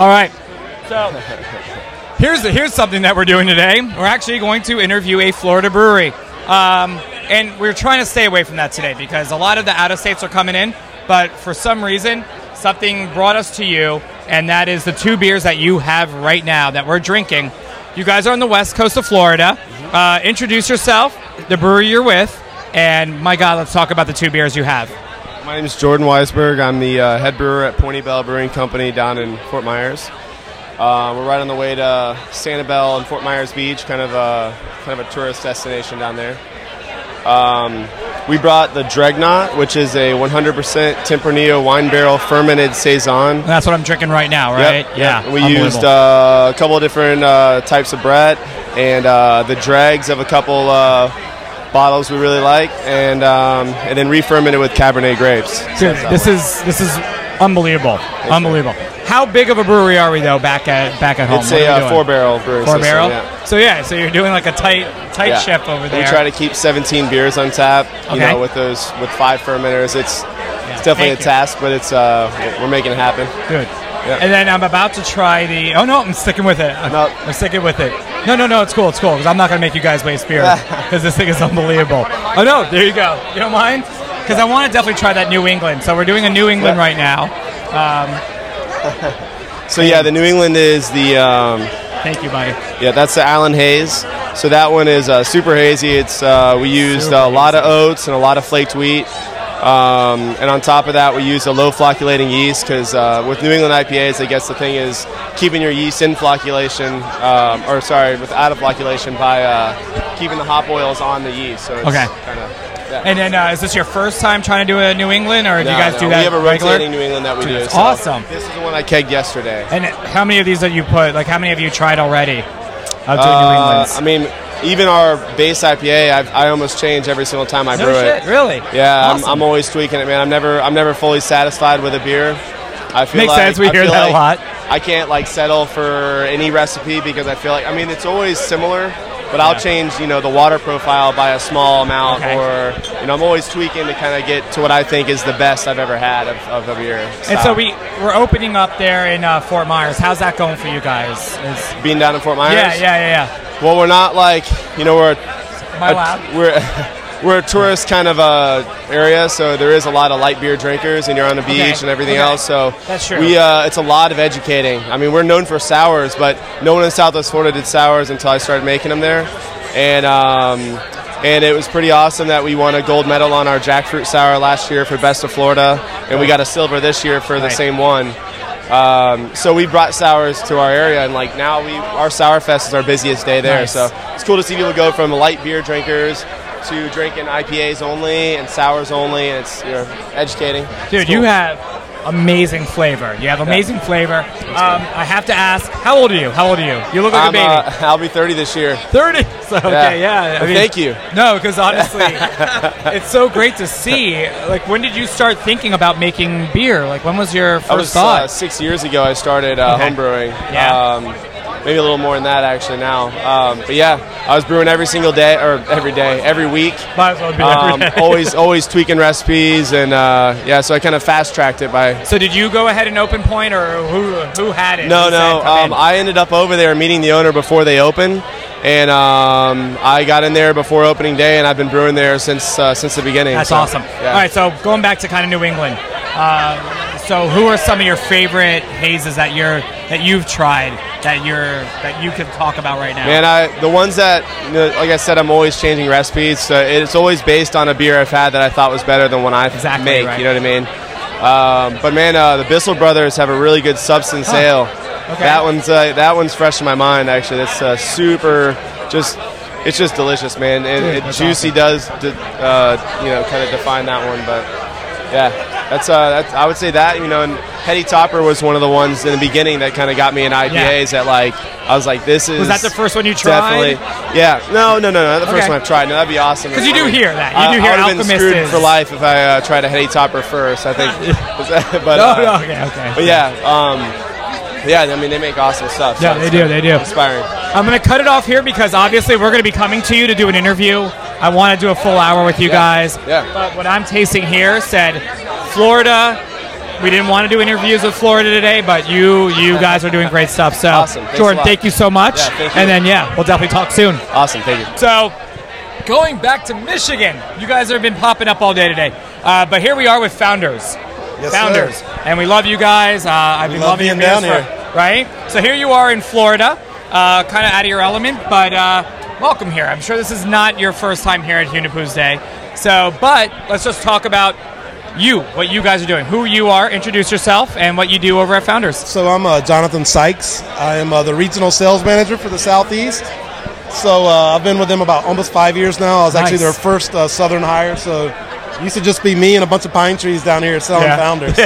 Speaker 1: All right. So here's here's something that we're doing today. We're actually going to interview a Florida brewery, um, and we're trying to stay away from that today because a lot of the out of states are coming in. But for some reason, something brought us to you, and that is the two beers that you have right now that we're drinking. You guys are on the west coast of Florida. Uh, introduce yourself, the brewery you're with, and my God, let's talk about the two beers you have.
Speaker 8: My name is Jordan Weisberg. I'm the uh, head brewer at Pointy Bell Brewing Company down in Fort Myers. Uh, we're right on the way to Sanibel and Fort Myers Beach, kind of a kind of a tourist destination down there. Um, we brought the Dregnot, which is a 100% Tempranillo wine barrel fermented saison.
Speaker 1: That's what I'm drinking right now, right?
Speaker 8: Yep, yep. We
Speaker 1: unbelievable.
Speaker 8: used uh, a couple of different uh, types of Brett and uh, the drags of a couple uh, bottles we really like, and um, and then refermented with Cabernet grapes.
Speaker 1: Dude, this is this is unbelievable, unbelievable. How big of a brewery are we though? Back at back at home,
Speaker 8: It's
Speaker 1: What
Speaker 8: a
Speaker 1: are we
Speaker 8: uh,
Speaker 1: doing?
Speaker 8: four barrel brewery.
Speaker 1: Four
Speaker 8: system,
Speaker 1: barrel.
Speaker 8: yeah.
Speaker 1: So yeah, so you're doing like a tight tight
Speaker 8: Yeah.
Speaker 1: ship over there.
Speaker 8: We try to keep 17 beers on tap. You
Speaker 1: Okay.
Speaker 8: know, with those with five fermenters, it's it's definitely
Speaker 1: Thank
Speaker 8: a
Speaker 1: you.
Speaker 8: task, but it's uh we're- we're making it happen.
Speaker 1: Good.
Speaker 8: Yeah.
Speaker 1: And then I'm about to try the. Oh no, I'm sticking with it. I'm, I'm sticking with it. No, no, no, it's cool, it's cool. Because I'm not gonna make you guys waste beer because this thing is unbelievable. Oh no, there you go. You don't mind? Because I want to definitely try that New England. So we're doing a New England right now. Um,
Speaker 8: So yeah, the New England is the um,
Speaker 1: thank you, buddy.
Speaker 8: Yeah, that's the Allen Hayes. So that one is uh, super hazy. It's uh, we used a lot of oats and a lot of flaked wheat, um, and on top of that, we used a low flocculating yeast because uh, with New England IPAs, I guess the thing is keeping your yeast in flocculation, um, or sorry, with out of flocculation by uh, keeping the hop oils on the yeast. So it's
Speaker 1: Okay.
Speaker 8: Kind of,
Speaker 1: and then uh, is this your first time trying to do a New England, or do you guys do that
Speaker 8: We have a
Speaker 1: regular?
Speaker 8: rotating New England that we
Speaker 1: Dude,
Speaker 8: do.
Speaker 1: that's
Speaker 8: so
Speaker 1: awesome.
Speaker 8: This is the one I kegged yesterday.
Speaker 1: And how many of these that you put? Like how many have you tried already? Of doing New
Speaker 8: Uh,
Speaker 1: Englands.
Speaker 8: I mean, even our base IPA, I've, I almost change every single time I
Speaker 1: No
Speaker 8: brew
Speaker 1: shit,
Speaker 8: it.
Speaker 1: really?
Speaker 8: Yeah,
Speaker 1: Awesome.
Speaker 8: I'm, I'm always tweaking it, man. I'm never, I'm never fully satisfied with a beer. I feel
Speaker 1: Makes
Speaker 8: like,
Speaker 1: sense, we
Speaker 8: I
Speaker 1: hear
Speaker 8: feel
Speaker 1: that a lot.
Speaker 8: like I can't like settle for any recipe because I feel like, I mean, it's always similar, but I'll change, you know, the water profile by a small amount, or you know, I'm always tweaking to kind of get to what I think is the best I've ever had of, of a beer.
Speaker 1: And so
Speaker 8: style.
Speaker 1: we we're opening up there in uh, Fort Myers. How's that going for you guys? Is-
Speaker 8: being down in Fort Myers.
Speaker 1: Yeah, yeah, yeah,
Speaker 8: Well, we're not like you know we're
Speaker 1: I
Speaker 8: a-
Speaker 1: allowed?
Speaker 8: we're we're a tourist kind of uh, area, so there is a lot of light beer drinkers, and you're on the beach
Speaker 1: Okay,
Speaker 8: and everything
Speaker 1: okay.
Speaker 8: else. So
Speaker 1: That's true.
Speaker 8: We uh, it's a lot of educating. I mean, we're known for sours, but no one in Southwest Florida did sours until I started making them there, and. Um, and it was pretty awesome that we won a gold medal on our jackfruit sour last year for Best of Florida, and we got a silver this year for the
Speaker 9: Right.
Speaker 8: same one. Um, so we brought sours to our area, and like now we our sour fest is our busiest day there.
Speaker 9: Nice.
Speaker 8: So it's cool to see people go from light beer drinkers to drinking IPAs only and sours only. And it's you know, educating. It's
Speaker 1: dude. You
Speaker 8: cool.
Speaker 1: have amazing flavor. You have amazing flavor. Um, I have to ask, how old are you? How old are you? You look like
Speaker 8: I'm,
Speaker 1: a baby.
Speaker 8: uh, I'll be 30 this year.
Speaker 1: 30. So, okay, yeah. I
Speaker 8: Well,
Speaker 1: mean-
Speaker 8: thank you.
Speaker 1: No, because honestly, it's so great to see. Like, when did you start thinking about making beer? Like, when was your first
Speaker 8: I was
Speaker 1: thought?
Speaker 8: uh, six years ago. I started uh,
Speaker 1: Okay.
Speaker 8: homebrewing.
Speaker 1: Yeah.
Speaker 8: Um, maybe a little more than that actually now. Um, but yeah, I was brewing every single day or every day, every week.
Speaker 1: Might as well be every day.
Speaker 8: Um, always, always tweaking recipes and uh, yeah. So I kind of fast tracked it by
Speaker 1: so, did you go ahead and open point, or who who had it?
Speaker 8: No,
Speaker 1: Who said,
Speaker 8: no.
Speaker 1: "Come in"?
Speaker 8: Um, I ended up over there meeting the owner before they opened, and um, I got in there before opening day, and I've been brewing there since uh, since the beginning.
Speaker 1: That's
Speaker 8: so,
Speaker 1: awesome.
Speaker 8: yeah.
Speaker 1: All right, so going back to kind of New England. Uh, so who are some of your favorite hazes that you're that you've tried that you're that you can talk about right now?
Speaker 8: Man, I the ones that, you know, like I said, I'm always changing recipes. So it's always based on a beer I've had that I thought was better than one I make.
Speaker 1: right.
Speaker 8: You know what I mean? Um, but man, uh, the Bissell brothers have a really good substance
Speaker 9: Huh.
Speaker 8: ale.
Speaker 9: Okay.
Speaker 8: That one's uh, that one's fresh in my mind. Actually, that's uh, super. Just it's just delicious, man. And
Speaker 9: Dude,
Speaker 8: it,
Speaker 9: that's
Speaker 8: juicy does de- uh, you know kind of define that one, but yeah, that's uh, that's, I would say that you know. And Hetty Topper was one of the ones in the beginning that kind of got me in IPAs. That like I was like, this is
Speaker 1: Was that the first one you tried?
Speaker 8: Definitely. Yeah. No, no, no, no. Not the first
Speaker 1: Okay.
Speaker 8: one I've tried. No, that'd be awesome.
Speaker 1: 'Cause you do hear that. You do
Speaker 8: I,
Speaker 1: hear
Speaker 8: I would've been
Speaker 1: Alchemist
Speaker 8: screwed
Speaker 1: is-
Speaker 8: for life if I uh, tried a Hetty Topper first. I think. but,
Speaker 1: No,
Speaker 8: uh,
Speaker 1: no, okay, okay.
Speaker 8: But yeah, um, yeah. I mean, they make awesome stuff.
Speaker 1: Yeah,
Speaker 8: it's
Speaker 1: they do,
Speaker 8: good.
Speaker 1: they do.
Speaker 8: Inspiring.
Speaker 1: I'm going to cut it off here because obviously we're going to be coming to you to do an interview. I want to do a full hour with you
Speaker 8: Yeah,
Speaker 1: guys.
Speaker 8: yeah.
Speaker 1: But what I'm tasting here said Florida. We didn't want to do interviews with Florida today, but you you guys are doing great stuff. So,
Speaker 8: Awesome. Thanks a
Speaker 1: Jordan,
Speaker 8: lot.
Speaker 1: thank you so much.
Speaker 8: Yeah, thank you.
Speaker 1: And then, yeah, we'll definitely talk soon.
Speaker 8: Awesome. Thank you.
Speaker 1: So, going back to Michigan, you guys have been popping up all day today. Uh, but here we are with Founders.
Speaker 9: Yes,
Speaker 1: Founders.
Speaker 9: sir.
Speaker 1: And we love you guys. Uh, I've
Speaker 9: We
Speaker 1: been
Speaker 9: love
Speaker 1: loving your
Speaker 9: being down
Speaker 1: beers for-
Speaker 9: here.
Speaker 1: Right? So, here you are in Florida, uh, kind of out of your element, but uh, welcome here. I'm sure this is not your first time here at Hunipoo's Day. So, but let's just talk about you, what you guys are doing, who you are, introduce yourself, and what you do over at Founders.
Speaker 9: So I'm uh, Jonathan Sykes. I am uh, the regional sales manager for the Southeast. So uh, I've been with them about almost five years now. I was actually
Speaker 1: Nice.
Speaker 9: their first uh, Southern hire. So it used to just be me and a bunch of pine trees down here selling
Speaker 1: Yeah.
Speaker 9: founders.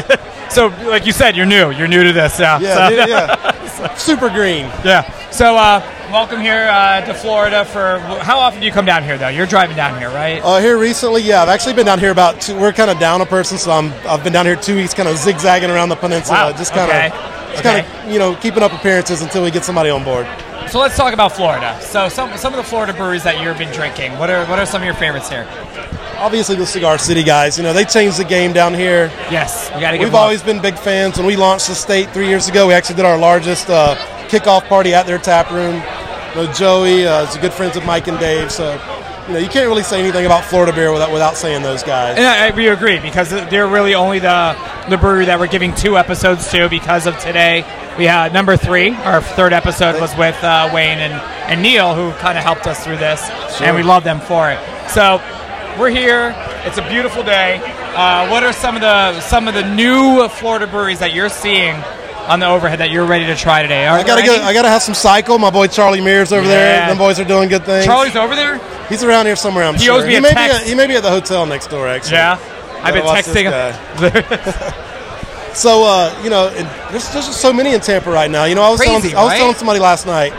Speaker 1: So, like you said, you're new. You're new to this. Yeah.
Speaker 9: Yeah,
Speaker 1: So-
Speaker 9: dude, yeah. Super green.
Speaker 1: yeah. So, uh, welcome here uh, to Florida. For how often do you come down here though? You're driving down here, right?
Speaker 9: Uh, here recently, yeah, I've actually been down here about two. We're kind of down a person, so I'm, I've been down here two weeks, kind of zigzagging around the peninsula,
Speaker 1: Wow,
Speaker 9: just kind of,
Speaker 1: okay,
Speaker 9: just
Speaker 1: okay.
Speaker 9: kind of, you know, keeping up appearances until we get somebody on board.
Speaker 1: So let's talk about Florida. So some some of the Florida breweries that you've been drinking. What are what are some of your favorites here?
Speaker 9: Obviously, the Cigar City guys, you know, they changed the game down here.
Speaker 1: Yes, we got to give.
Speaker 9: We've
Speaker 1: them up.
Speaker 9: always been big fans. When we launched the state three years ago, we actually did our largest uh, kickoff party at their tap room. You know, Joey uh, is good friends with Mike and Dave, so you know you can't really say anything about Florida beer without without saying those guys.
Speaker 1: And I, I, we agree because they're really only the the brewery that we're giving two episodes to because of today. We had number three, our third episode was with uh, Wayne and, and Neil, who kind of helped us through this, and we love them for it. So we're here. It's a beautiful day. Uh, what are some of the some of the new Florida breweries that you're seeing on the overhead that you're ready to try today? Are
Speaker 9: I gotta
Speaker 1: there
Speaker 9: go.
Speaker 1: any?
Speaker 9: I gotta have some cycle. My boy Charlie Mears over
Speaker 1: Yeah.
Speaker 9: there. Them boys are doing good things.
Speaker 1: Charlie's over there.
Speaker 9: He's around here somewhere. I'm
Speaker 1: He
Speaker 9: sure.
Speaker 1: owes me
Speaker 9: he
Speaker 1: a
Speaker 9: may
Speaker 1: text.
Speaker 9: be. At, he may be at the hotel next door. Actually.
Speaker 1: Yeah, I've been
Speaker 9: watch this
Speaker 1: texting him.
Speaker 9: So uh, you know, and there's, there's just so many in Tampa right now. You know, I was
Speaker 1: Crazy,
Speaker 9: telling, I was
Speaker 1: right?
Speaker 9: telling somebody last night.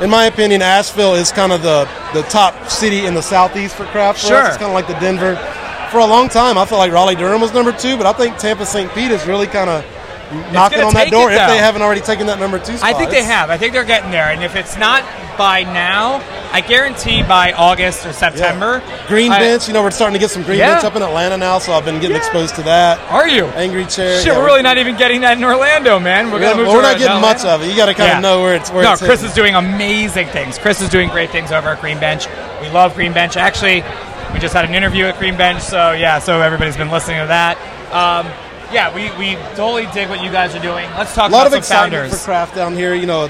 Speaker 9: In my opinion, Asheville is kind of the the top city in the southeast for craft. For
Speaker 1: Sure.
Speaker 9: us. it's kind of like the Denver. For a long time, I felt like Raleigh Durham was number two, but I think Tampa St. Pete is really kind of knocking
Speaker 1: gonna
Speaker 9: on that
Speaker 1: take
Speaker 9: door
Speaker 1: it,
Speaker 9: if
Speaker 1: though.
Speaker 9: they haven't already taken that number two spot.
Speaker 1: I think they
Speaker 9: It's-
Speaker 1: have. I think they're getting there. And if it's not by now, I guarantee by August or September.
Speaker 9: Green
Speaker 1: I-
Speaker 9: Bench, you know, we're starting to get some Green
Speaker 1: Yeah.
Speaker 9: Bench up in Atlanta now, so I've been getting exposed to that.
Speaker 1: Are you?
Speaker 9: Angry Chair.
Speaker 1: Shit,
Speaker 9: yeah,
Speaker 1: we're really not even getting that in Orlando, man. We're
Speaker 9: Yeah,
Speaker 1: gonna move.
Speaker 9: well,
Speaker 1: to
Speaker 9: we're not
Speaker 1: Orlando,
Speaker 9: getting much
Speaker 1: Atlanta.
Speaker 9: of it. You got to kind of
Speaker 1: Yeah.
Speaker 9: know where it's where
Speaker 1: no,
Speaker 9: it's
Speaker 1: Chris
Speaker 9: headed.
Speaker 1: is doing amazing things. Chris is doing great things over at Green Bench. We love Green Bench. Actually, we just had an interview at Green Bench, so yeah, so everybody's been listening to that. Um, yeah, we, we totally dig what you guys are doing. Let's talk
Speaker 9: a lot
Speaker 1: about
Speaker 9: of
Speaker 1: some
Speaker 9: excitement
Speaker 1: founders.
Speaker 9: for craft down here. You know,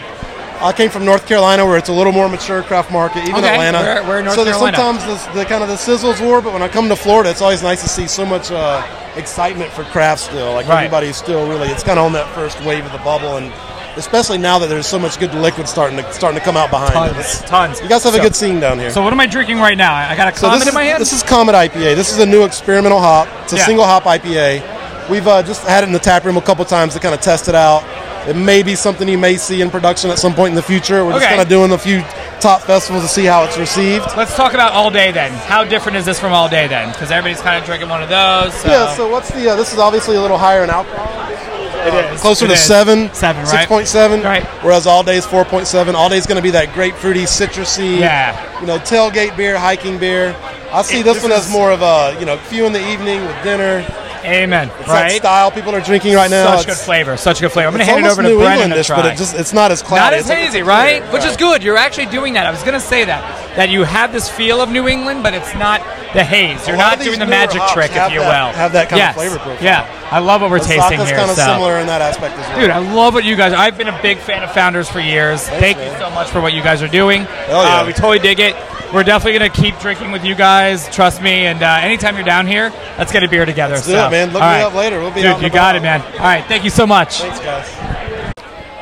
Speaker 9: I came from North Carolina, where it's a little more mature craft market, even
Speaker 1: Okay,
Speaker 9: Atlanta.
Speaker 1: where- where in North
Speaker 9: so there's
Speaker 1: Carolina?
Speaker 9: sometimes the, the kind of the sizzles war, but when I come to Florida, it's always nice to see so much uh, excitement for craft still. Like
Speaker 1: Right.
Speaker 9: everybody's still really, it's kind of on that first wave of the bubble, and especially now that there's so much good liquid starting to starting to come out behind
Speaker 1: tons,
Speaker 9: it.
Speaker 1: tons.
Speaker 9: You guys have
Speaker 1: So-
Speaker 9: a good scene down here.
Speaker 1: So what am I drinking right now? I got a
Speaker 9: So
Speaker 1: Comet
Speaker 9: this
Speaker 1: in my
Speaker 9: is,
Speaker 1: hand.
Speaker 9: this is Comet IPA. This is a new experimental hop. It's a
Speaker 1: Yeah.
Speaker 9: single hop IPA. We've uh, just had it in the tap room a couple times to kind of test it out. It may be something you may see in production at some point in the future. We're just
Speaker 1: Okay.
Speaker 9: kind of doing a few top festivals to see how it's received.
Speaker 1: Let's talk about all day then. How different is this from all day then? Because everybody's kind of drinking one of those. So.
Speaker 9: Yeah. So what's the? Uh, this is obviously a little higher in alcohol.
Speaker 1: it is.
Speaker 9: Closer
Speaker 1: It
Speaker 9: to
Speaker 1: is.
Speaker 9: seven,
Speaker 1: Seven,
Speaker 9: six
Speaker 1: right?
Speaker 9: point seven.
Speaker 1: Right.
Speaker 9: Whereas all day is four point seven. All day is going to be that grapefruity, citrusy,
Speaker 1: Yeah.
Speaker 9: you know, tailgate beer, hiking beer. I see
Speaker 1: It-
Speaker 9: this,
Speaker 1: this
Speaker 9: one
Speaker 1: is-
Speaker 9: as more of a, you know, few in the evening with dinner.
Speaker 1: Amen.
Speaker 9: It's that
Speaker 1: right?
Speaker 9: style people are drinking right now.
Speaker 1: Such good
Speaker 9: It's-
Speaker 1: flavor. Such good flavor. I'm going
Speaker 9: it's
Speaker 1: to hand it
Speaker 9: almost
Speaker 1: over to
Speaker 9: New
Speaker 1: Brennan to
Speaker 9: Englandish,
Speaker 1: try.
Speaker 9: but it just, it's not as
Speaker 1: Not
Speaker 9: cloudy.
Speaker 1: as
Speaker 9: It's like-
Speaker 1: hazy, right?
Speaker 9: Yeah.
Speaker 1: Which is good. You're actually doing that. I was going to say that. That you have this feel of New England, but it's not the haze. You're
Speaker 9: lot
Speaker 1: not
Speaker 9: of these
Speaker 1: doing the
Speaker 9: newer
Speaker 1: magic
Speaker 9: hops
Speaker 1: trick, if
Speaker 9: have
Speaker 1: you
Speaker 9: that-
Speaker 1: will.
Speaker 9: have that kind of
Speaker 1: Yes.
Speaker 9: flavor profile.
Speaker 1: Yeah. I love what we're tasting
Speaker 9: Osaka's
Speaker 1: here.
Speaker 9: kind of
Speaker 1: so.
Speaker 9: similar in that aspect as well.
Speaker 1: Dude, I love what you guys. I've been a big fan of Founders for years. Thank you
Speaker 9: man.
Speaker 1: so much for what you guys are doing.
Speaker 9: Hell yeah.
Speaker 1: Uh, we totally dig it. We're definitely gonna keep drinking with you guys. Trust me. And uh, anytime you're down here, let's get a beer together.
Speaker 9: do
Speaker 1: so.
Speaker 9: it, man. Look
Speaker 1: All
Speaker 9: me
Speaker 1: right.
Speaker 9: up later. We'll be out
Speaker 1: Dude,
Speaker 9: and
Speaker 1: you
Speaker 9: about.
Speaker 1: got it, man. All right, thank you so much.
Speaker 9: Thanks, guys.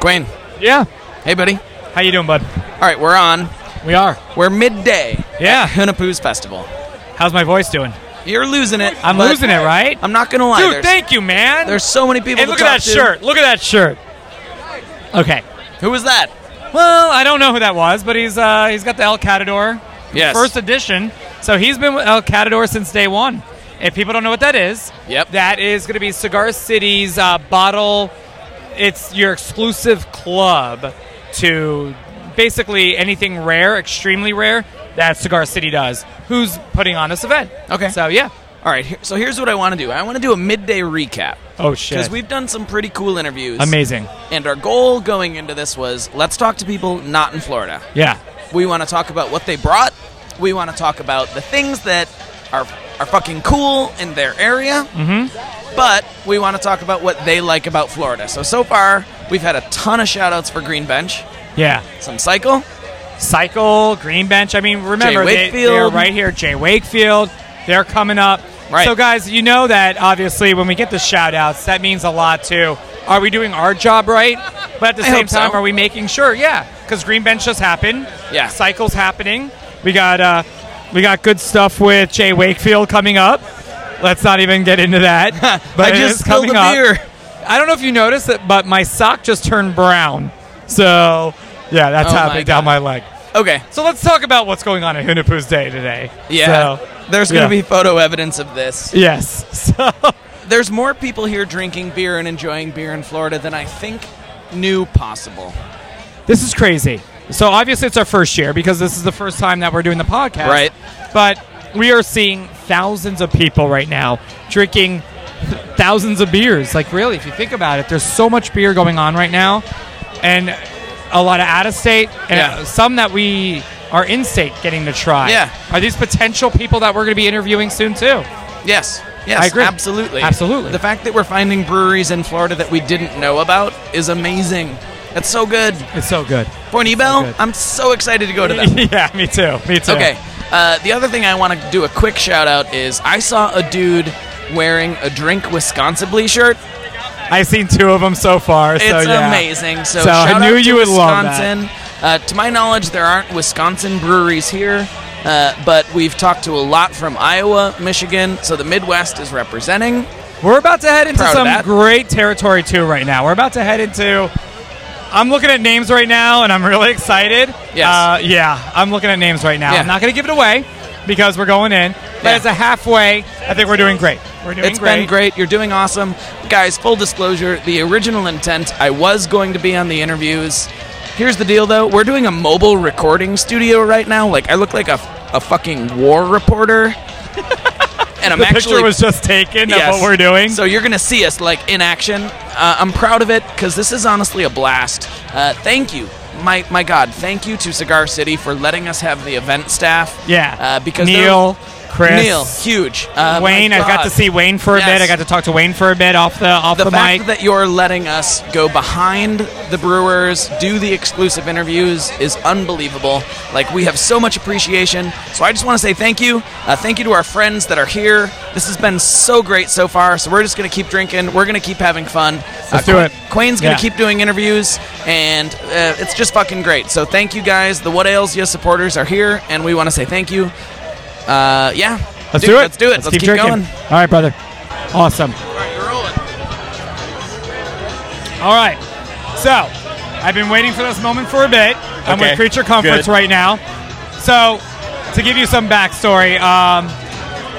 Speaker 10: Quinn,
Speaker 1: Yeah.
Speaker 10: hey buddy.
Speaker 1: How you doing, bud?
Speaker 10: All right, we're on.
Speaker 1: We are.
Speaker 10: We're midday.
Speaker 1: Yeah.
Speaker 10: At Hunapoos Festival.
Speaker 1: How's my voice doing?
Speaker 10: You're losing it.
Speaker 1: I'm
Speaker 10: but
Speaker 1: losing it, right?
Speaker 10: I'm not gonna lie.
Speaker 1: Dude,
Speaker 10: there's,
Speaker 1: thank you, man.
Speaker 10: there's so many people.
Speaker 1: hey,
Speaker 10: to
Speaker 1: look at that
Speaker 10: talk to.
Speaker 1: shirt. Look at that shirt. Okay.
Speaker 10: Who was that?
Speaker 1: Well, I don't know who that was, but he's uh, he's got the El Catador
Speaker 10: Yes.
Speaker 1: first edition. So he's been with El Catador since day one. If people don't know what that is,
Speaker 10: Yep.
Speaker 1: that is going to be Cigar City's uh, bottle. It's your exclusive club to basically anything rare, extremely rare that Cigar City does. Who's putting on this event?
Speaker 10: Okay.
Speaker 1: so yeah.
Speaker 10: All right. Here, so here's what I want to do. I want to do a midday recap
Speaker 1: Oh
Speaker 10: because
Speaker 1: shit!
Speaker 10: we've done some pretty cool interviews.
Speaker 1: Amazing.
Speaker 10: And our goal going into this was let's talk to people not in Florida.
Speaker 1: Yeah.
Speaker 10: We want to talk about what they brought. We want to talk about the things that are are fucking cool in their area. Mm-hmm. But we want to talk about what they like about Florida. So so far, we've had a ton of shout outs for Green Bench,
Speaker 1: Yeah.
Speaker 10: some cycle.
Speaker 1: Cycle, Green Bench. I mean, remember
Speaker 10: Jay
Speaker 1: they,
Speaker 10: Wakefield.
Speaker 1: they're right here. Jay Wakefield, they're coming up.
Speaker 10: Right.
Speaker 1: So, guys, you know that obviously when we get the shout outs, that means a lot too. Are we doing our job right? But at the
Speaker 10: I
Speaker 1: same
Speaker 10: hope so.
Speaker 1: time, are we making sure? Yeah, because Green Bench just happened.
Speaker 10: Yeah.
Speaker 1: Cycles happening. We got uh, we got good stuff with Jay Wakefield coming up. Let's not even get into that. But
Speaker 10: I
Speaker 1: it
Speaker 10: just
Speaker 1: is
Speaker 10: spilled
Speaker 1: coming
Speaker 10: a
Speaker 1: up.
Speaker 10: beer.
Speaker 1: I don't know if you noticed that, but my sock just turned brown. So, yeah, that's
Speaker 10: Oh my
Speaker 1: happening down
Speaker 10: God.
Speaker 1: my leg.
Speaker 10: Okay.
Speaker 1: So let's talk about what's going on at Hunapu's Day today.
Speaker 10: Yeah.
Speaker 1: So,
Speaker 10: There's going
Speaker 1: yeah.
Speaker 10: to be photo evidence of this.
Speaker 1: Yes. So,
Speaker 10: There's more people here drinking beer and enjoying beer in Florida than I think knew possible.
Speaker 1: this is crazy. So obviously it's our first year because this is the first time that we're doing the podcast.
Speaker 10: Right.
Speaker 1: But we are seeing thousands of people right now drinking thousands of beers. Like really, if you think about it, there's so much beer going on right now and a lot of out of state and
Speaker 10: Yeah.
Speaker 1: some that we are in state getting to try.
Speaker 10: Yeah.
Speaker 1: Are these potential people that we're going to be interviewing soon too?
Speaker 10: Yes. Yes,
Speaker 1: I agree.
Speaker 10: absolutely.
Speaker 1: Absolutely.
Speaker 10: The fact that we're finding breweries in Florida that we didn't know about is amazing. That's so good.
Speaker 1: It's so good.
Speaker 10: Point Ebel,
Speaker 1: good.
Speaker 10: I'm so excited to go to them.
Speaker 1: yeah, me too. Me too.
Speaker 10: Okay. Uh, the other thing I want to do a quick shout out is I saw a dude wearing a Drink Wisconsinly shirt.
Speaker 1: I've seen two of them so far.
Speaker 10: It's
Speaker 1: so, yeah.
Speaker 10: amazing. So,
Speaker 1: So I
Speaker 10: shout
Speaker 1: knew
Speaker 10: out
Speaker 1: you
Speaker 10: to
Speaker 1: would love that.
Speaker 10: Wisconsin. Uh, to my knowledge, there aren't Wisconsin breweries here, uh, but we've talked to a lot from Iowa, Michigan. So the Midwest is representing.
Speaker 1: We're about to head into
Speaker 10: Proud of
Speaker 1: some
Speaker 10: that.
Speaker 1: great territory too right now. We're about to head into. I'm looking at names right now, and I'm really excited.
Speaker 10: Yes.
Speaker 1: Uh, yeah, I'm looking at names right now.
Speaker 10: Yeah.
Speaker 1: I'm not going to give it away because we're going in. But
Speaker 10: Yeah.
Speaker 1: as a halfway, I think we're doing great. We're doing
Speaker 10: It's been great. You're doing awesome. Guys, full disclosure the original intent, I was going to be on the interviews. Here's the deal, though. We're doing a mobile recording studio right now. Like, I look like a, a fucking war reporter. And I'm
Speaker 1: The
Speaker 10: actually
Speaker 1: picture was just taken
Speaker 10: Yes.
Speaker 1: of what we're doing.
Speaker 10: So you're going to see us like in action. Uh, I'm proud of it because this is honestly a blast. Uh, thank you. My, my God, thank you to Cigar City for letting us have the event staff.
Speaker 1: yeah.
Speaker 10: Uh, because
Speaker 1: Neil,
Speaker 10: there-
Speaker 1: Chris,
Speaker 10: Neil, huge. Uh, my
Speaker 1: Wayne. I got
Speaker 10: God.
Speaker 1: to see Wayne for a
Speaker 10: Yes.
Speaker 1: bit. I got to talk to Wayne for a bit off the off the,
Speaker 10: the fact
Speaker 1: mic.
Speaker 10: that you're letting us go behind the brewers do the exclusive interviews is unbelievable like we have so much appreciation so i just want to say thank you uh, thank you to our friends that are here this has been so great so far so we're just going to keep drinking we're going to keep having fun
Speaker 1: Let's
Speaker 10: Qu-
Speaker 1: do it.
Speaker 10: quain's going
Speaker 1: Yeah.
Speaker 10: to keep doing interviews and uh, it's just fucking great so thank you guys the what ails you supporters are here and we want to say thank you uh, yeah
Speaker 1: let's do
Speaker 10: Dude,
Speaker 1: it.
Speaker 10: let's do it let's,
Speaker 1: keep,
Speaker 10: keep,
Speaker 1: drinking.
Speaker 10: going
Speaker 1: All right, brother. Awesome. All right. So, I've been waiting for this moment for a bit. I'm
Speaker 5: Okay,
Speaker 1: with Creature Comforts
Speaker 5: good.
Speaker 1: right now. So, to give you some backstory, um,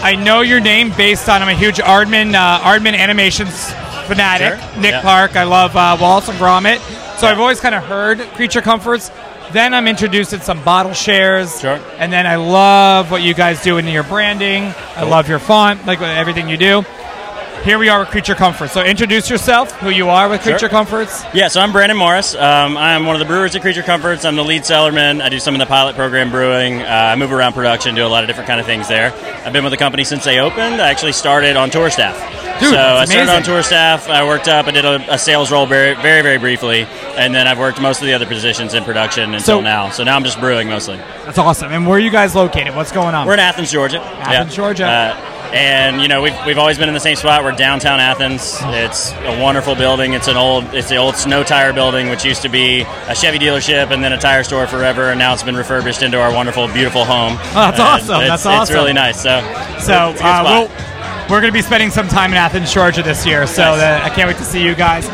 Speaker 1: I know your name based on I'm a huge Ardman uh, Ardman Animations fanatic.
Speaker 5: Sure,
Speaker 1: Nick
Speaker 5: yeah.
Speaker 1: Park. I love uh, Wallace and Gromit. So I've always kind of heard Creature Comforts. Then I'm introduced in some bottle shares,
Speaker 5: Sure.
Speaker 1: and then I love what you guys do in your branding. I love your font, like with everything you do. Here we are with Creature Comforts. So introduce yourself, who you are with Creature Comforts.
Speaker 11: Yeah, so I'm Brandon Morris. Um, I'm one of the brewers at Creature Comforts. I'm the lead cellarman. I do some of the pilot program brewing. Uh, I move around production, do a lot of different kind of things there. I've been with the company since they opened. I actually started on tour staff.
Speaker 1: Dude,
Speaker 11: so I
Speaker 1: that's
Speaker 11: started on
Speaker 1: amazing.
Speaker 11: tour staff. I worked up. I did a, a sales role very, very, very briefly, and then I've worked most of the other positions in production until
Speaker 1: So-
Speaker 11: now. So now I'm just brewing mostly.
Speaker 1: That's awesome. And where are you guys located? What's going on?
Speaker 11: We're in Athens, Georgia.
Speaker 1: Athens, Georgia.
Speaker 11: Uh, and you know we've, we've always been in the same spot. We're downtown Athens.
Speaker 1: Oh.
Speaker 11: It's a wonderful building. It's an old it's the old snow tire building, which used to be a Chevy dealership and then a tire store forever, and now it's been refurbished into our wonderful, beautiful home.
Speaker 1: Oh, that's
Speaker 11: And
Speaker 1: awesome.
Speaker 11: It's,
Speaker 1: That's
Speaker 11: It's
Speaker 1: awesome.
Speaker 11: really nice. So
Speaker 1: so
Speaker 11: it's a good
Speaker 1: uh,
Speaker 11: spot.
Speaker 1: we'll, we're going to be spending some time in Athens, Georgia this year. So
Speaker 11: Nice.
Speaker 1: that I can't wait to see you guys.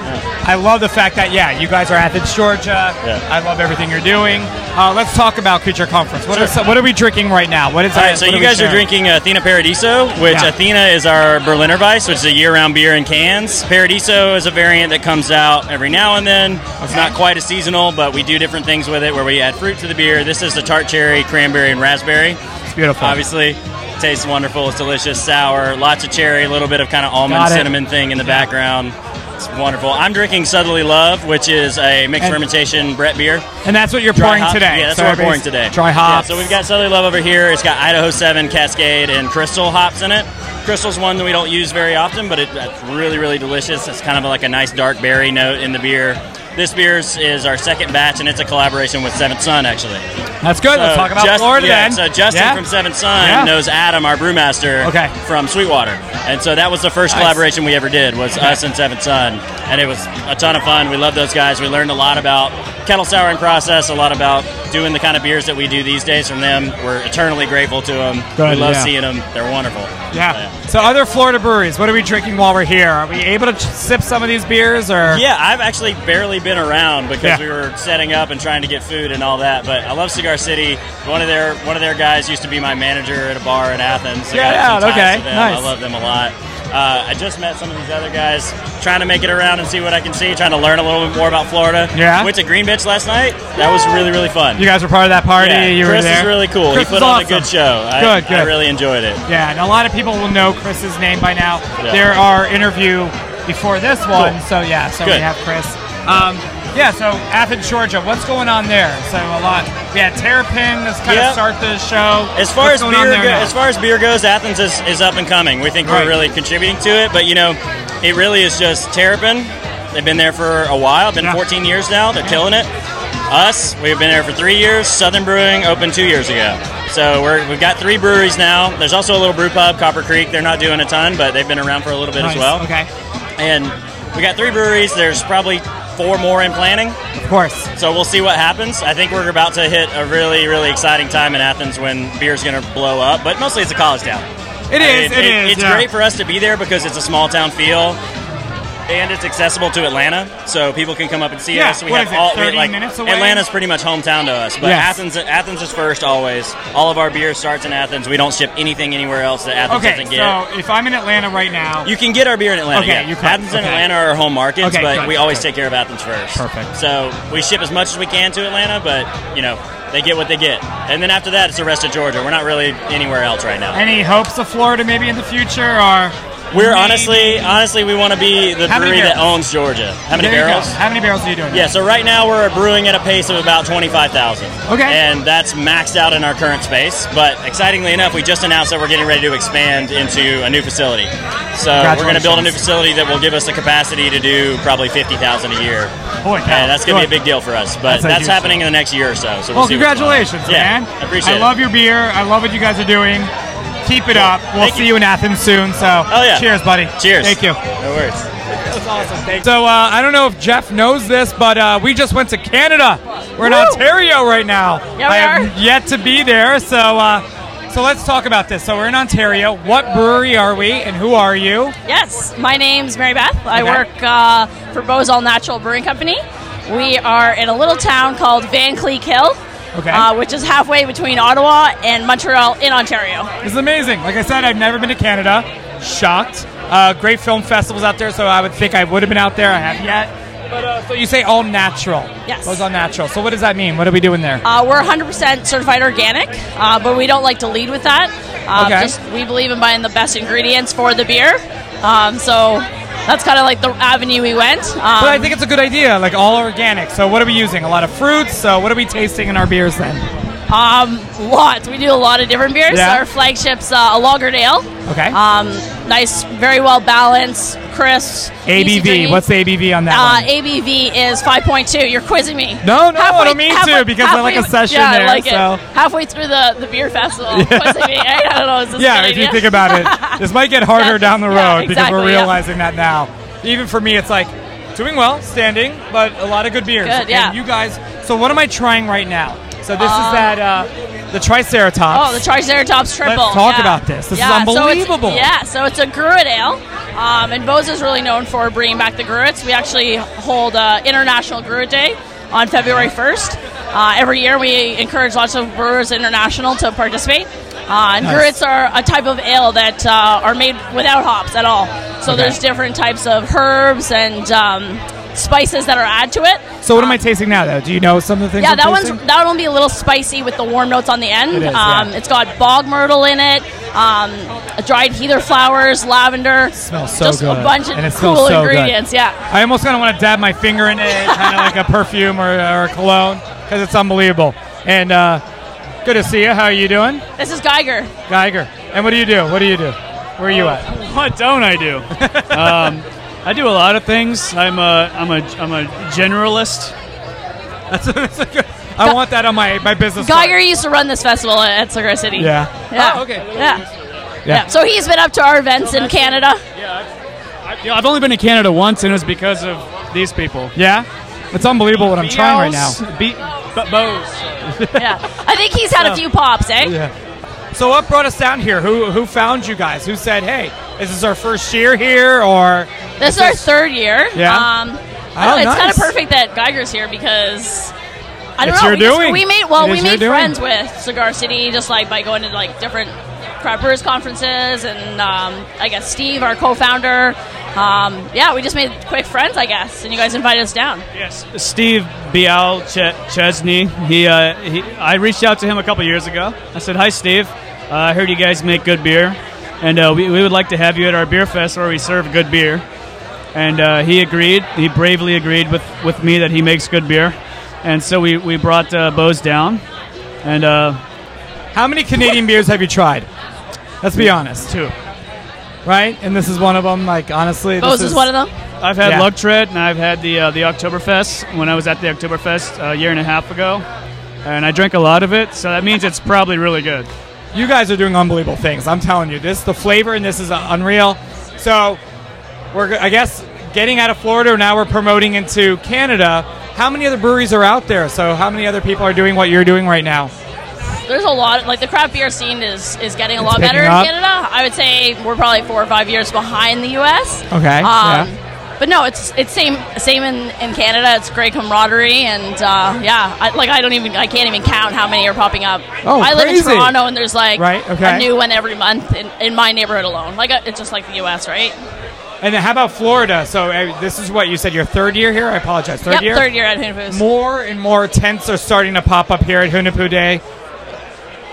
Speaker 1: I love the fact that yeah, you guys are Athens, Georgia.
Speaker 11: Yeah.
Speaker 1: I love everything you're doing. Uh, let's talk about Creature Conference. What,
Speaker 11: Sure.
Speaker 1: are, some- what are we drinking right now? What is
Speaker 11: All right,
Speaker 1: that-
Speaker 11: so
Speaker 1: what
Speaker 11: you
Speaker 1: we
Speaker 11: guys are
Speaker 1: sharing?
Speaker 11: drinking uh, Athena Paradiso, which
Speaker 1: Yeah.
Speaker 11: Athena is our Berliner Weiss, which is a year-round beer in cans. Paradiso is a variant that comes out every now and then. It's not quite as seasonal, but we do different things with it where we add fruit to the beer. This is the tart cherry, cranberry, and raspberry.
Speaker 1: It's beautiful.
Speaker 11: Obviously, it tastes wonderful. It's delicious, sour, lots of cherry, a little bit of kind of almond
Speaker 1: Got it.
Speaker 11: cinnamon thing in the background. It's wonderful. I'm drinking Subtly Love, which is a mixed
Speaker 1: And-
Speaker 11: fermentation Brett beer.
Speaker 1: And that's what you're
Speaker 11: Dry
Speaker 1: pouring
Speaker 11: hop-
Speaker 1: today.
Speaker 11: Yeah, that's
Speaker 1: So
Speaker 11: what we're pouring
Speaker 1: everybody's-
Speaker 11: today.
Speaker 1: Dry hops.
Speaker 11: Yeah, so we've got Southern Love over here. It's got Idaho 7, Cascade, and Crystal hops in it. Crystal's one that we don't use very often, but it, that's really, really delicious. It's kind of like a nice dark berry note in the beer. This beer's is our second batch, and it's a collaboration with Seventh Son, actually.
Speaker 1: That's good. Let's
Speaker 11: So
Speaker 1: talk about
Speaker 11: Just-
Speaker 1: Florida
Speaker 11: Uh, yeah,
Speaker 1: then.
Speaker 11: So Justin
Speaker 1: Yeah.
Speaker 11: from Seventh Son
Speaker 1: Yeah.
Speaker 11: knows Adam, our brewmaster,
Speaker 1: Okay.
Speaker 11: from Sweetwater, and so that was the first
Speaker 1: Nice.
Speaker 11: collaboration we ever did was
Speaker 1: Okay.
Speaker 11: us and Seventh Son, and it was a ton of fun. We love those guys. We learned a lot about kettle souring process, a lot about doing the kind of beers that we do these days from them. We're eternally grateful to them. we
Speaker 1: Good,
Speaker 11: love
Speaker 1: yeah.
Speaker 11: seeing them. They're wonderful.
Speaker 1: Yeah. So other Florida breweries, what are we drinking while we're here? Are we able to ch- sip some of these beers or?
Speaker 11: Yeah, I've actually barely been around because
Speaker 1: Yeah.
Speaker 11: we were setting up and trying to get food and all that. But I love Cigar City. One of their one of their guys used to be my manager at a bar in Athens. I
Speaker 1: Yeah,
Speaker 11: got some
Speaker 1: yeah,
Speaker 11: ties
Speaker 1: okay,
Speaker 11: to them.
Speaker 1: nice.
Speaker 11: I love them a lot. Uh, I just met some of these other guys, trying to make it around and see what I can see, trying to learn a little bit more about Florida.
Speaker 1: Yeah.
Speaker 11: Went to Green Bitch last night. That was really really fun.
Speaker 1: You guys were part of that party.
Speaker 11: Yeah,
Speaker 1: you were
Speaker 11: Chris
Speaker 1: there.
Speaker 11: is really cool.
Speaker 1: Chris
Speaker 11: he put
Speaker 1: is
Speaker 11: on a
Speaker 1: awesome.
Speaker 11: good show. I,
Speaker 1: Good, good.
Speaker 11: I really enjoyed it.
Speaker 1: Yeah, and a lot of people will know Chris's name by now.
Speaker 11: Yeah.
Speaker 1: There are interview before this one,
Speaker 11: Cool.
Speaker 1: so yeah, so we
Speaker 11: Good.
Speaker 1: have Chris. Um, yeah, so Athens, Georgia, what's going on there? So a lot. We had Terrapin. Let's kind
Speaker 11: Yep.
Speaker 1: of start the show.
Speaker 11: As far
Speaker 1: What's
Speaker 11: as
Speaker 1: going on
Speaker 11: beer
Speaker 1: there
Speaker 11: go-
Speaker 1: now?
Speaker 11: as far as beer goes, Athens is, is up and coming. We think
Speaker 1: Right.
Speaker 11: we're really contributing to it, but you know, it really is just Terrapin. They've been there for a while. Been 14 years now. They're killing it. Us, we've been there for three years. Southern Brewing opened two years ago, so we're, we've got three breweries now. There's also a little brew pub, Copper Creek. They're not doing a ton, but they've been around for a little bit
Speaker 1: Nice,
Speaker 11: as well.
Speaker 1: Okay,
Speaker 11: And we got three breweries. There's probably four more in planning.
Speaker 1: of course.
Speaker 11: So we'll see what happens. I think we're about to hit a really, really exciting time in Athens when beer's going to blow up, but mostly it's a college town.
Speaker 1: It is, it is,
Speaker 11: It's
Speaker 1: yeah.
Speaker 11: great for us to be there because it's a small town feel, and it's accessible to Atlanta, so people can come up and see
Speaker 1: Yeah,
Speaker 11: us.
Speaker 1: what
Speaker 11: have
Speaker 1: is it, 30 minutes away?
Speaker 11: Atlanta's pretty much hometown to us, but
Speaker 1: Yes.
Speaker 11: Athens, Athens is first always. All of our beer starts in Athens. We don't ship anything anywhere else that Athens
Speaker 1: Okay,
Speaker 11: doesn't get.
Speaker 1: so if I'm in Atlanta right now,
Speaker 11: you can get our beer in Atlanta.
Speaker 1: Okay,
Speaker 11: yeah.
Speaker 1: you can.
Speaker 11: Athens and
Speaker 1: Okay.
Speaker 11: Atlanta are our home markets,
Speaker 1: Okay,
Speaker 11: but
Speaker 1: good,
Speaker 11: we always
Speaker 1: good.
Speaker 11: take care of Athens first.
Speaker 1: Perfect.
Speaker 11: So we ship as much as we can to Atlanta, but you know they get what they get. And then after that, it's the rest of Georgia. We're not really anywhere else right now.
Speaker 1: any hopes of Florida maybe in the future or?
Speaker 11: We're honestly, honestly, we want to be the
Speaker 1: How many
Speaker 11: brewery that
Speaker 1: barrels?
Speaker 11: owns Georgia. How many
Speaker 1: There you go.
Speaker 11: barrels?
Speaker 1: How many barrels are you doing?
Speaker 11: Yeah, so right now we're brewing at a pace of about 25,000.
Speaker 1: Okay.
Speaker 11: And that's maxed out in our current space. But excitingly enough, we just announced that we're getting ready to expand into a new facility. So we're going to build a new
Speaker 1: Congratulations.
Speaker 11: facility that will give us the capacity to do probably 50,000 a year.
Speaker 1: Boy,
Speaker 11: and that's going to
Speaker 1: good.
Speaker 11: be a big deal for us. But
Speaker 1: That's a
Speaker 11: that's,
Speaker 1: huge
Speaker 11: happening in the next year or so. so we'll,
Speaker 1: well,
Speaker 11: see what's going on.
Speaker 1: congratulations,
Speaker 11: yeah,
Speaker 1: man.
Speaker 11: I appreciate it.
Speaker 1: love your beer. I love what you guys are doing. Keep it up. We'll see you. in Athens soon. So,
Speaker 11: Oh, yeah.
Speaker 1: cheers, buddy.
Speaker 11: Cheers.
Speaker 1: Thank you.
Speaker 11: No worries.
Speaker 1: That was awesome. Thank so, uh, I don't know if Jeff knows this, but uh, we just went to Canada. We're in
Speaker 12: Woo!
Speaker 1: Ontario right now.
Speaker 12: Yeah, we
Speaker 1: I have yet to be there. So, uh, so let's talk about this. So, we're in Ontario. What brewery are we, and who are you?
Speaker 12: Yes, my name's Mary Beth. I
Speaker 1: Okay.
Speaker 12: work uh, for Bose All Natural Brewing Company. We are in a little town called Van Cleek Hill,
Speaker 1: Okay.
Speaker 12: uh, which is halfway between Ottawa and Montreal in Ontario.
Speaker 1: This is amazing. Like I said, I've never been to Canada. Shocked. Uh, great film festivals out there, so I would think I would have been out there. I have yet. But uh, so you say all natural.
Speaker 12: Yes.
Speaker 1: Those all natural. So what does that mean? What are we doing there?
Speaker 12: Uh, we're 100% certified organic, uh, but we don't like to lead with that. Um,
Speaker 1: Okay.
Speaker 12: Just we believe in buying the best ingredients for the beer, um, so that's kind of like the avenue we went. Um,
Speaker 1: but I think it's a good idea, like all organic. So what are we using? A lot of fruits. So what are we tasting in our beers then?
Speaker 12: Um, lots. We do a lot of different beers.
Speaker 1: Yeah.
Speaker 12: Our flagship's uh, a Lagerdale.
Speaker 1: Okay.
Speaker 12: Um, nice, very well balanced, crisp. easy
Speaker 1: ABV.
Speaker 12: drinking.
Speaker 1: What's the ABV on that
Speaker 12: uh,
Speaker 1: one?
Speaker 12: ABV is 5.2. You're quizzing me.
Speaker 1: No, no, I don't mean to, because I like a session
Speaker 12: yeah,
Speaker 1: there,
Speaker 12: I like
Speaker 1: so.
Speaker 12: it. Halfway through the, the beer festival,
Speaker 1: Yeah.
Speaker 12: quizzing me. I, I don't know. Is this a
Speaker 1: yeah,
Speaker 12: good
Speaker 1: if you
Speaker 12: idea?
Speaker 1: think about it, this might get harder down the road because
Speaker 12: exactly,
Speaker 1: we're
Speaker 12: yeah.
Speaker 1: realizing that now. Even for me, it's like doing well, standing, but a lot of good beers.
Speaker 12: Good, yeah.
Speaker 1: And you guys, so what am I trying right now? So this
Speaker 12: Uh,
Speaker 1: is that uh, the Triceratops.
Speaker 12: Oh, the Triceratops triple.
Speaker 1: Let's talk
Speaker 12: yeah.
Speaker 1: about this. This
Speaker 12: Yeah,
Speaker 1: is unbelievable.
Speaker 12: So it's, yeah, so it's a Gruet ale, um, and Bose is really known for bringing back the Gruets. We actually hold uh, International Gruet Day on February 1st. Uh, every year, we encourage lots of brewers international to participate. Uh, and
Speaker 13: Nice.
Speaker 12: Gruets are a type of ale that uh, are made without hops at all. So
Speaker 1: Okay.
Speaker 12: there's different types of herbs and um, spices that are added to it.
Speaker 1: So what am I tasting now, though? Do you know some of the things?
Speaker 12: uh, Yeah,
Speaker 1: I'm
Speaker 12: that one's
Speaker 1: tasting?
Speaker 12: that one will be a little spicy with the warm notes on the end.
Speaker 1: It is, yeah.
Speaker 12: um, It's got bog myrtle in it, um, dried heather flowers, lavender.
Speaker 1: smells so
Speaker 12: just
Speaker 1: good.
Speaker 12: a bunch of
Speaker 1: And it smells
Speaker 12: cool
Speaker 1: so good.
Speaker 12: ingredients. Yeah.
Speaker 1: I almost kind of want to dab my finger in it, kind of like a perfume or, or a cologne, because it's unbelievable. And uh, good to see you. How are you doing,
Speaker 12: This is Geiger.
Speaker 1: Geiger? And what do you do? What do you do? Where are you at?
Speaker 14: What don't I do? um,
Speaker 13: I do a lot of things. I'm a I'm a I'm a generalist. That's, that's a good, I want that on my, my business. card.
Speaker 12: Geiger used to run this festival at Sagres City.
Speaker 13: Yeah.
Speaker 12: Yeah. okay. Yeah. yeah. So he's been up to our events in Canada.
Speaker 13: I, you know, I've only been to Canada once, and it was because of these people. Yeah, it's unbelievable what I'm trying right now. Be- but Bose.
Speaker 12: yeah. I think he's had a
Speaker 13: Yeah.
Speaker 12: few pops, eh?
Speaker 1: Oh, So what brought us down here? Who who found you guys? Who said, "Hey, this is our first year here," or
Speaker 12: This is our third year.
Speaker 1: Yeah.
Speaker 12: Um, I
Speaker 1: Oh,
Speaker 12: don't know, it's
Speaker 1: nice.
Speaker 12: kind of perfect that Geiger's here because I don't
Speaker 1: It's
Speaker 12: know.
Speaker 1: your
Speaker 12: we, just-
Speaker 1: doing.
Speaker 12: we made well,
Speaker 1: It
Speaker 12: we
Speaker 1: is your
Speaker 12: made
Speaker 1: doing.
Speaker 12: friends with Cigar City just like by going to like different craft brewers conferences and um, I guess Steve, our co-founder. Um, yeah, we just made quick friends, I guess, and you guys invited us down.
Speaker 13: Yes. Steve Bial Ch- Chesney. He, uh, he, I reached out to him a couple years ago. I said, "Hi, Steve. Uh, I heard you guys make good beer, and uh, we, we would like to have you at our beer fest where we serve good beer." And uh, he agreed. He bravely agreed with, with me that he makes good beer, and so we we brought uh, Bose down. And uh, how many Canadian beers have you tried?
Speaker 1: Let's be honest.
Speaker 13: Two.
Speaker 1: Right? And this is one of them. Like honestly,
Speaker 13: Bose
Speaker 1: this
Speaker 13: Oh, is one of
Speaker 12: them?
Speaker 13: I've had
Speaker 1: Yeah.
Speaker 13: Luck Tread and I've had the uh, the Oktoberfest when I was at the Oktoberfest uh, a year and a half ago, and I drank a lot of it, so that means it's probably really good.
Speaker 1: You guys are doing unbelievable things. I'm telling you, this the flavor and this is uh, unreal. So we're g- I guess getting out of Florida now we're promoting into Canada. How many other breweries are out there? So how many other people are doing what you're doing right now?
Speaker 12: There's a lot like the craft beer scene is is getting a lot
Speaker 1: picking
Speaker 12: better in
Speaker 1: up.
Speaker 12: Canada. I would say we're probably four or five years behind the U.S.
Speaker 1: Okay,
Speaker 12: Um,
Speaker 1: yeah.
Speaker 12: But no, it's it's same same in, in Canada. It's great camaraderie and uh, yeah, I, like I don't even I can't even count how many are popping up.
Speaker 1: Oh,
Speaker 12: I live in
Speaker 1: crazy.
Speaker 12: Toronto and there's like
Speaker 1: Right, okay.
Speaker 12: a new one every month in, in my neighborhood alone. Like uh, it's just like the U.S. Right?
Speaker 1: And then how about Florida? So uh, this is what you said your third year here. I apologize. Third
Speaker 12: yep,
Speaker 1: year.
Speaker 12: third year at Hoonafoo's.
Speaker 1: More and more tents are starting to pop up here at Hunapu Day.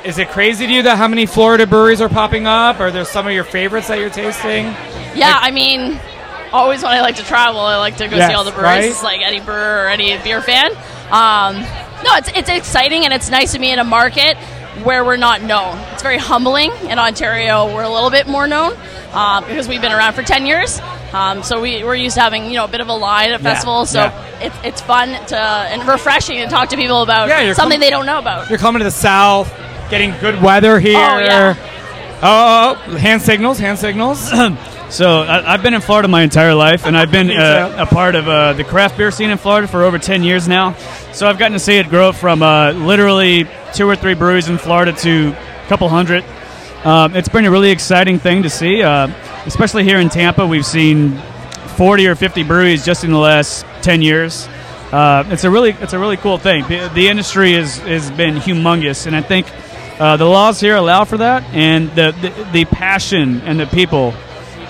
Speaker 1: Is it crazy to you that how many Florida breweries are popping up? Are there some of your favorites that you're tasting?
Speaker 12: Yeah, I mean, always when I like to travel, I like to go
Speaker 1: Yes,
Speaker 12: see all the breweries,
Speaker 1: right?
Speaker 12: It's like any brewer or any beer fan. Um, no, it's it's exciting and it's nice to be in a market where we're not known. It's very humbling. In Ontario, we're a little bit more known um, because we've been around for ten years. Um, so we, we're used to having you know a bit of a line at
Speaker 1: Yeah,
Speaker 12: festivals. So
Speaker 1: yeah.
Speaker 12: it's it's fun to and refreshing to talk to people about
Speaker 1: Yeah, you're
Speaker 12: Oh, something
Speaker 1: com-
Speaker 12: they don't know about.
Speaker 1: You're coming to the South, getting good weather here.
Speaker 12: yeah.
Speaker 1: Oh, oh, hand signals, hand signals.
Speaker 13: so I, I've been in Florida my entire life, and I've been uh, a part of uh, the craft beer scene in Florida for over ten years now. So I've gotten to see it grow from uh, literally two or three breweries in Florida to a couple hundred. Um, it's been a really exciting thing to see, uh, especially here in Tampa. We've seen forty or fifty breweries just in the last ten years. Uh, it's a really it's a really cool thing. The, the industry is has been humongous, and I think uh, the laws here allow for that, and the the, the passion and the people.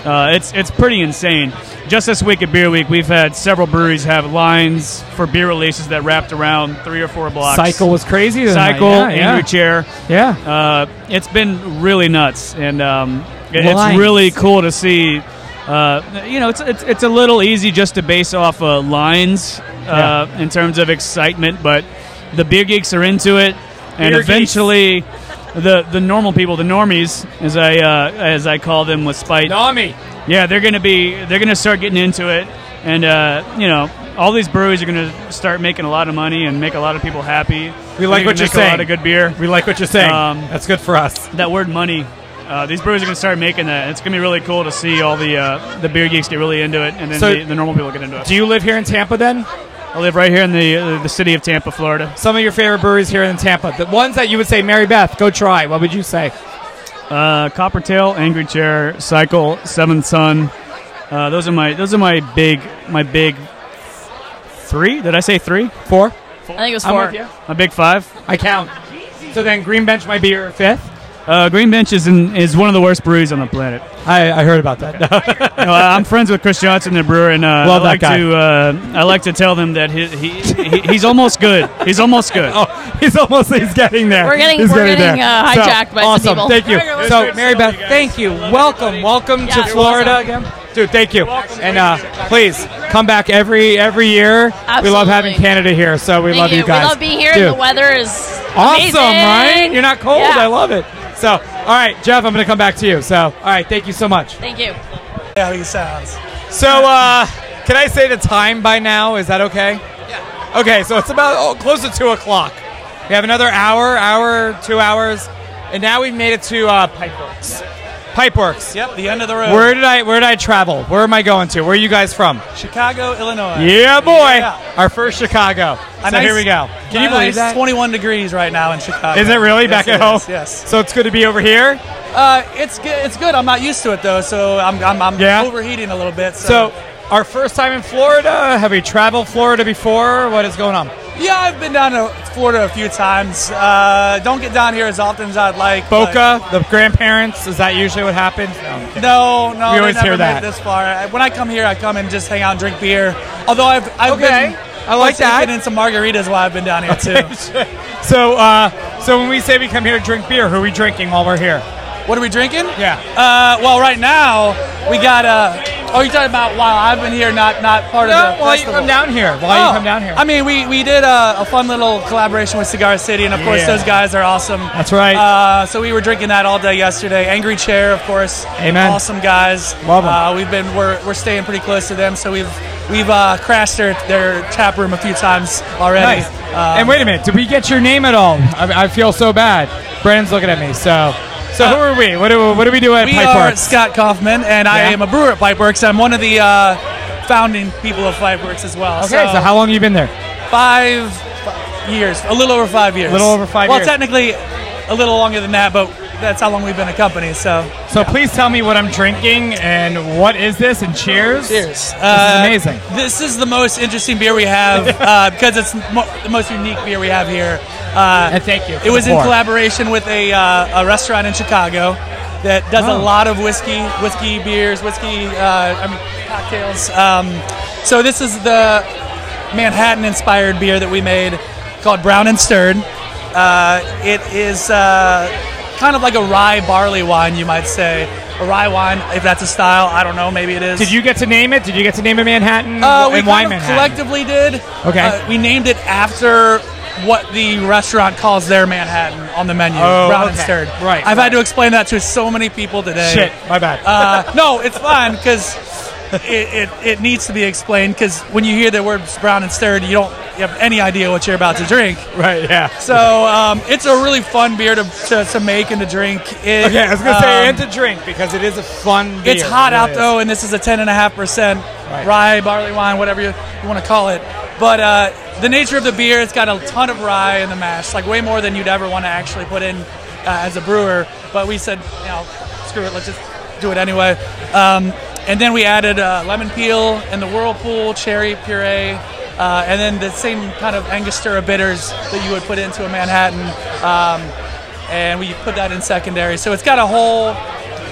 Speaker 13: Uh, it's it's pretty insane. Just this week at Beer Week, we've had several breweries have lines for beer releases that wrapped around three or four blocks.
Speaker 1: Cycle was crazy tonight.
Speaker 13: Cycle,
Speaker 1: Yeah, yeah.
Speaker 13: Andrew Chair.
Speaker 1: Yeah.
Speaker 13: Uh, it's been really nuts, and um, it-
Speaker 1: Lines.
Speaker 13: it's really cool to see. Uh, you know, it's, it's it's a little easy just to base off uh, lines uh, in terms of excitement, but the beer geeks are into it, and
Speaker 1: Beer geeks.
Speaker 13: eventually, the the normal people, the normies, as I uh, as I call them with spite,
Speaker 1: Normie.
Speaker 13: Yeah, they're gonna be they're gonna start getting into it, and uh, you know, all these breweries are gonna start making a lot of money and make a lot of people happy.
Speaker 1: We like what
Speaker 13: They're gonna
Speaker 1: you're
Speaker 13: make A lot
Speaker 1: saying.
Speaker 13: of good beer.
Speaker 1: We like what you're saying.
Speaker 13: That's
Speaker 1: good for us.
Speaker 13: That word money. Uh, these breweries are going to start making that. It's going to be really cool to see all the uh, the beer geeks get really into it, and then
Speaker 1: So-
Speaker 13: the, the normal people get into it.
Speaker 1: Do you live here in Tampa then?
Speaker 13: I live right here in the uh, the city of Tampa, Florida.
Speaker 1: Some of your favorite breweries here in Tampa. The ones that you would say, Mary Beth, go try. What would you say?
Speaker 13: Uh, Coppertail, Angry Chair, Cycle, Seventh Son. Uh, those are my those are my big my big three. Did I say three?
Speaker 1: Four.
Speaker 12: I think it was
Speaker 1: I'm
Speaker 12: four.
Speaker 1: with you.
Speaker 13: My big five.
Speaker 1: I count. So then Green Bench might be your fifth.
Speaker 13: Uh, Green Bench is in, is one of the worst breweries on the planet.
Speaker 1: I, I heard about that.
Speaker 13: No, I- I'm friends with Chris Johnson, the brewer, and uh,
Speaker 1: Love
Speaker 13: I
Speaker 1: that
Speaker 13: like
Speaker 1: guy.
Speaker 13: to uh, I like to tell them that he, he, he he's almost good. He's almost good. oh,
Speaker 1: he's almost he's getting there.
Speaker 12: We're getting-
Speaker 1: He's
Speaker 12: we're
Speaker 1: there.
Speaker 12: getting, uh,
Speaker 1: So,
Speaker 12: hijacked by some
Speaker 1: awesome.
Speaker 12: people.
Speaker 1: Thank you.
Speaker 12: Very good.
Speaker 1: So
Speaker 12: Good
Speaker 1: Mary Beth, thank you. Welcome, welcome
Speaker 12: Yeah,
Speaker 1: to
Speaker 12: you're
Speaker 1: Florida
Speaker 12: welcome.
Speaker 1: again, dude. Thank you. And uh, please come back every every year. We love having Canada here, so we
Speaker 12: Thank
Speaker 1: love you,
Speaker 12: We
Speaker 1: guys.
Speaker 12: love being here.
Speaker 1: Dude.
Speaker 12: and The weather is
Speaker 1: Awesome,
Speaker 12: amazing.
Speaker 1: right? You're not cold.
Speaker 12: Yeah.
Speaker 1: I love it. So, all right, Jeff, I'm going to come back to you. So, all right, thank you so much.
Speaker 12: Thank you.
Speaker 4: Yeah, he sounds.
Speaker 1: So, uh, can I say the time by now? Is that okay? Yeah. Okay, so it's about oh, close to 2 o'clock. We have another hour, hour, two hours, and now we've made it to uh, Pipeworks. Pipeworks.
Speaker 4: Yep, the end of the road.
Speaker 1: Where did I Where did I travel? Where am I going to? Where are you guys from?
Speaker 4: Chicago, Illinois.
Speaker 1: Yeah, boy.
Speaker 4: Yeah.
Speaker 1: Our first Chicago. So
Speaker 4: Nice-
Speaker 1: here we go. Can you
Speaker 4: nice
Speaker 1: believe that?
Speaker 4: 21 degrees right now in Chicago.
Speaker 1: Is it really
Speaker 4: Yes,
Speaker 1: back
Speaker 4: it
Speaker 1: at home?
Speaker 4: is, Yes.
Speaker 1: So it's good to be over here.
Speaker 4: Uh, it's good. It's good. I'm not used to it though, so I'm I'm, I'm
Speaker 1: Yeah?
Speaker 4: overheating a little bit.
Speaker 1: So, our first time in Florida. Have we traveled Florida before? What is going on?
Speaker 4: Yeah, I've been down to Florida a few times. Uh, don't get down here as often as I'd like. but-
Speaker 1: Boca, the grandparents. Is that usually what happens? No, I'm kidding.
Speaker 4: No, no.
Speaker 1: We
Speaker 4: they
Speaker 1: always
Speaker 4: never
Speaker 1: hear
Speaker 4: made
Speaker 1: that.
Speaker 4: it This far. I- When I come here, I come and just hang out and drink beer. Although I've I've
Speaker 1: Okay.
Speaker 4: been
Speaker 1: I like that.
Speaker 4: partaking in some margaritas while I've been down here too.
Speaker 1: so, uh, so when we say we come here to drink beer, who are we drinking while we're here?
Speaker 4: What are we drinking?
Speaker 1: Yeah.
Speaker 4: Uh, well, right now we got Uh, oh, you're talking about while I've been here, not not part
Speaker 1: No,
Speaker 4: of the
Speaker 1: while you
Speaker 4: festival.
Speaker 1: come down here, while you
Speaker 4: Oh,
Speaker 1: come down here.
Speaker 4: I mean, we we did uh, a, a fun little collaboration with Cigar City, and of course
Speaker 1: Yeah.
Speaker 4: those guys are awesome.
Speaker 1: That's right.
Speaker 4: Uh, so we were drinking that all day yesterday. Angry Chair, of course.
Speaker 1: Amen.
Speaker 4: Awesome guys.
Speaker 1: Love 'em.
Speaker 4: Uh, we've been we're, we're staying pretty close to them, so we've we've uh, crashed their their tap room a few times already.
Speaker 1: Nice.
Speaker 4: Um,
Speaker 1: and wait a minute, did we get your name at all? I, I feel so bad. Brandon's looking at me. So, so who are we? What do what do we do at
Speaker 4: we
Speaker 1: Pipe
Speaker 4: are
Speaker 1: Park?
Speaker 4: Scott Kaufman, and I
Speaker 1: Yeah.
Speaker 4: am a brewer at Pipeworks. I'm one of the uh, founding people of Pipeworks as well.
Speaker 1: Okay, so, how long have you been there?
Speaker 4: Five fi- years, a little over five years.
Speaker 1: A little over five
Speaker 4: well,
Speaker 1: years.
Speaker 4: technically, a little longer than that, but that's how long we've been a company. So.
Speaker 1: So please tell me what I'm drinking and what is this and cheers. Cheers. This
Speaker 4: Uh,
Speaker 1: is amazing.
Speaker 4: This is the most interesting beer we have uh, because it's mo- the most unique beer we have here. Uh,
Speaker 1: And thank you for
Speaker 4: It was
Speaker 1: the
Speaker 4: in
Speaker 1: pour.
Speaker 4: collaboration with a, uh, a restaurant in Chicago that does
Speaker 1: Oh.
Speaker 4: a lot of whiskey, whiskey beers, whiskey. Uh, I mean cocktails. Um, so this is the Manhattan-inspired beer that we made called Brown and Stirred. Uh, it is uh, kind of like a rye barley wine, you might say. A rye wine, if that's a style, I don't know. Maybe it is.
Speaker 1: Did you get to name it? Did you get to name it Manhattan?
Speaker 4: Uh,
Speaker 1: and
Speaker 4: we
Speaker 1: why
Speaker 4: kind of
Speaker 1: Manhattan?
Speaker 4: collectively did.
Speaker 1: Okay.
Speaker 4: Uh, we named it after what the restaurant calls their Manhattan on the menu,
Speaker 1: Oh,
Speaker 4: brown and
Speaker 1: okay.
Speaker 4: stirred.
Speaker 1: Right,
Speaker 4: I've had to explain that to so many people today.
Speaker 1: Shit, my bad.
Speaker 4: Uh, no, it's fine because it, it, it needs to be explained because when you hear the words brown and stirred, you don't you have any idea what you're about to drink.
Speaker 1: Right. Yeah.
Speaker 4: So um, it's a really fun beer to, to, to make and to drink. It,
Speaker 1: Okay, I was gonna say
Speaker 4: um,
Speaker 1: and to drink because it is a fun. Beer.
Speaker 4: it's hot
Speaker 1: It
Speaker 4: out
Speaker 1: is.
Speaker 4: though, and this is a ten and a half percent
Speaker 1: Right.
Speaker 4: rye, barley wine, whatever you, you want to call it. But uh, the nature of the beer, it's got a ton of rye in the mash, like way more than you'd ever want to actually put in uh, as a brewer. But we said, you know, screw it, let's just do it anyway. Um, and then we added uh, lemon peel and the whirlpool cherry puree. Uh, and then the same kind of Angostura bitters that you would put into a Manhattan, um, and we put that in secondary. So it's got a whole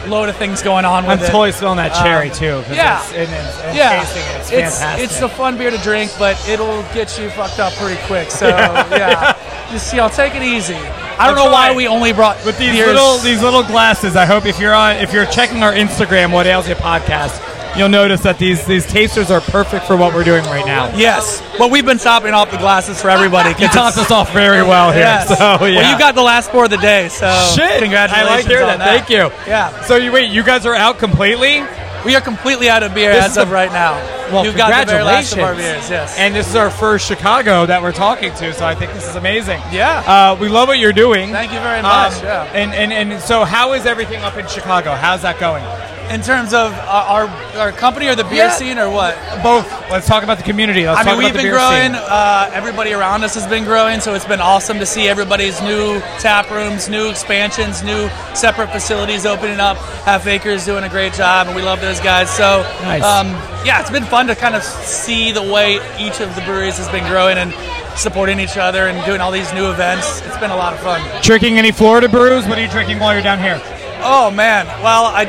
Speaker 4: load of things going on with
Speaker 1: I'm
Speaker 4: it. Um,
Speaker 1: totally smelling that cherry, too, 'cause
Speaker 4: Yeah,
Speaker 1: it's- and it's- and
Speaker 4: yeah.
Speaker 1: tasting it, it's
Speaker 4: it's
Speaker 1: fantastic.
Speaker 4: it's a fun beer to drink, but it'll get you fucked up pretty quick. So yeah, just you know, take it easy. I don't
Speaker 1: That's
Speaker 4: know why
Speaker 1: right.
Speaker 4: we only brought
Speaker 1: With these
Speaker 4: beers.
Speaker 1: little these little glasses, I hope if you're on if you're checking our Instagram, what ails you podcast, you'll notice that these these tasters are perfect for what we're doing right now.
Speaker 4: Yes, but we've been topping off the glasses for everybody.
Speaker 1: You topped us off very well here.
Speaker 4: Yes.
Speaker 1: So yeah.
Speaker 4: Well, you got the last pour of the day, so
Speaker 1: Shit.
Speaker 4: congratulations
Speaker 1: I like hearing
Speaker 4: on
Speaker 1: that. Thank you.
Speaker 4: Yeah.
Speaker 1: So you wait, you guys are out completely?
Speaker 4: We are completely out of beer
Speaker 1: This
Speaker 4: as
Speaker 1: is a-
Speaker 4: of right now.
Speaker 1: Well,
Speaker 4: You've got the very
Speaker 1: congratulations.
Speaker 4: last of our beers, yes.
Speaker 1: And this is our first Chicago that we're talking to, so I think this is amazing.
Speaker 4: Yeah.
Speaker 1: Uh, we love what you're doing.
Speaker 4: Thank you very much, yeah.
Speaker 1: Uh, And, and, and so, how is everything up in Chicago? How's that going?
Speaker 4: In terms of uh, our, our company or the beer scene or what?
Speaker 1: Both. Let's talk about the community. Let's
Speaker 4: I mean,
Speaker 1: talk
Speaker 4: we've
Speaker 1: about the
Speaker 4: been
Speaker 1: beer
Speaker 4: growing.
Speaker 1: Scene.
Speaker 4: Uh, everybody around us has been growing, so it's been awesome to see everybody's new tap rooms, new expansions, new separate facilities opening up. Half Acres doing a great job, and we love those guys. So,
Speaker 1: Nice.
Speaker 4: um, yeah, it's been fun to kind of see the way each of the breweries has been growing and supporting each other and doing all these new events. It's been a lot of fun.
Speaker 1: Drinking any Florida brews? What are you drinking while you're down here?
Speaker 4: Oh man! Well, I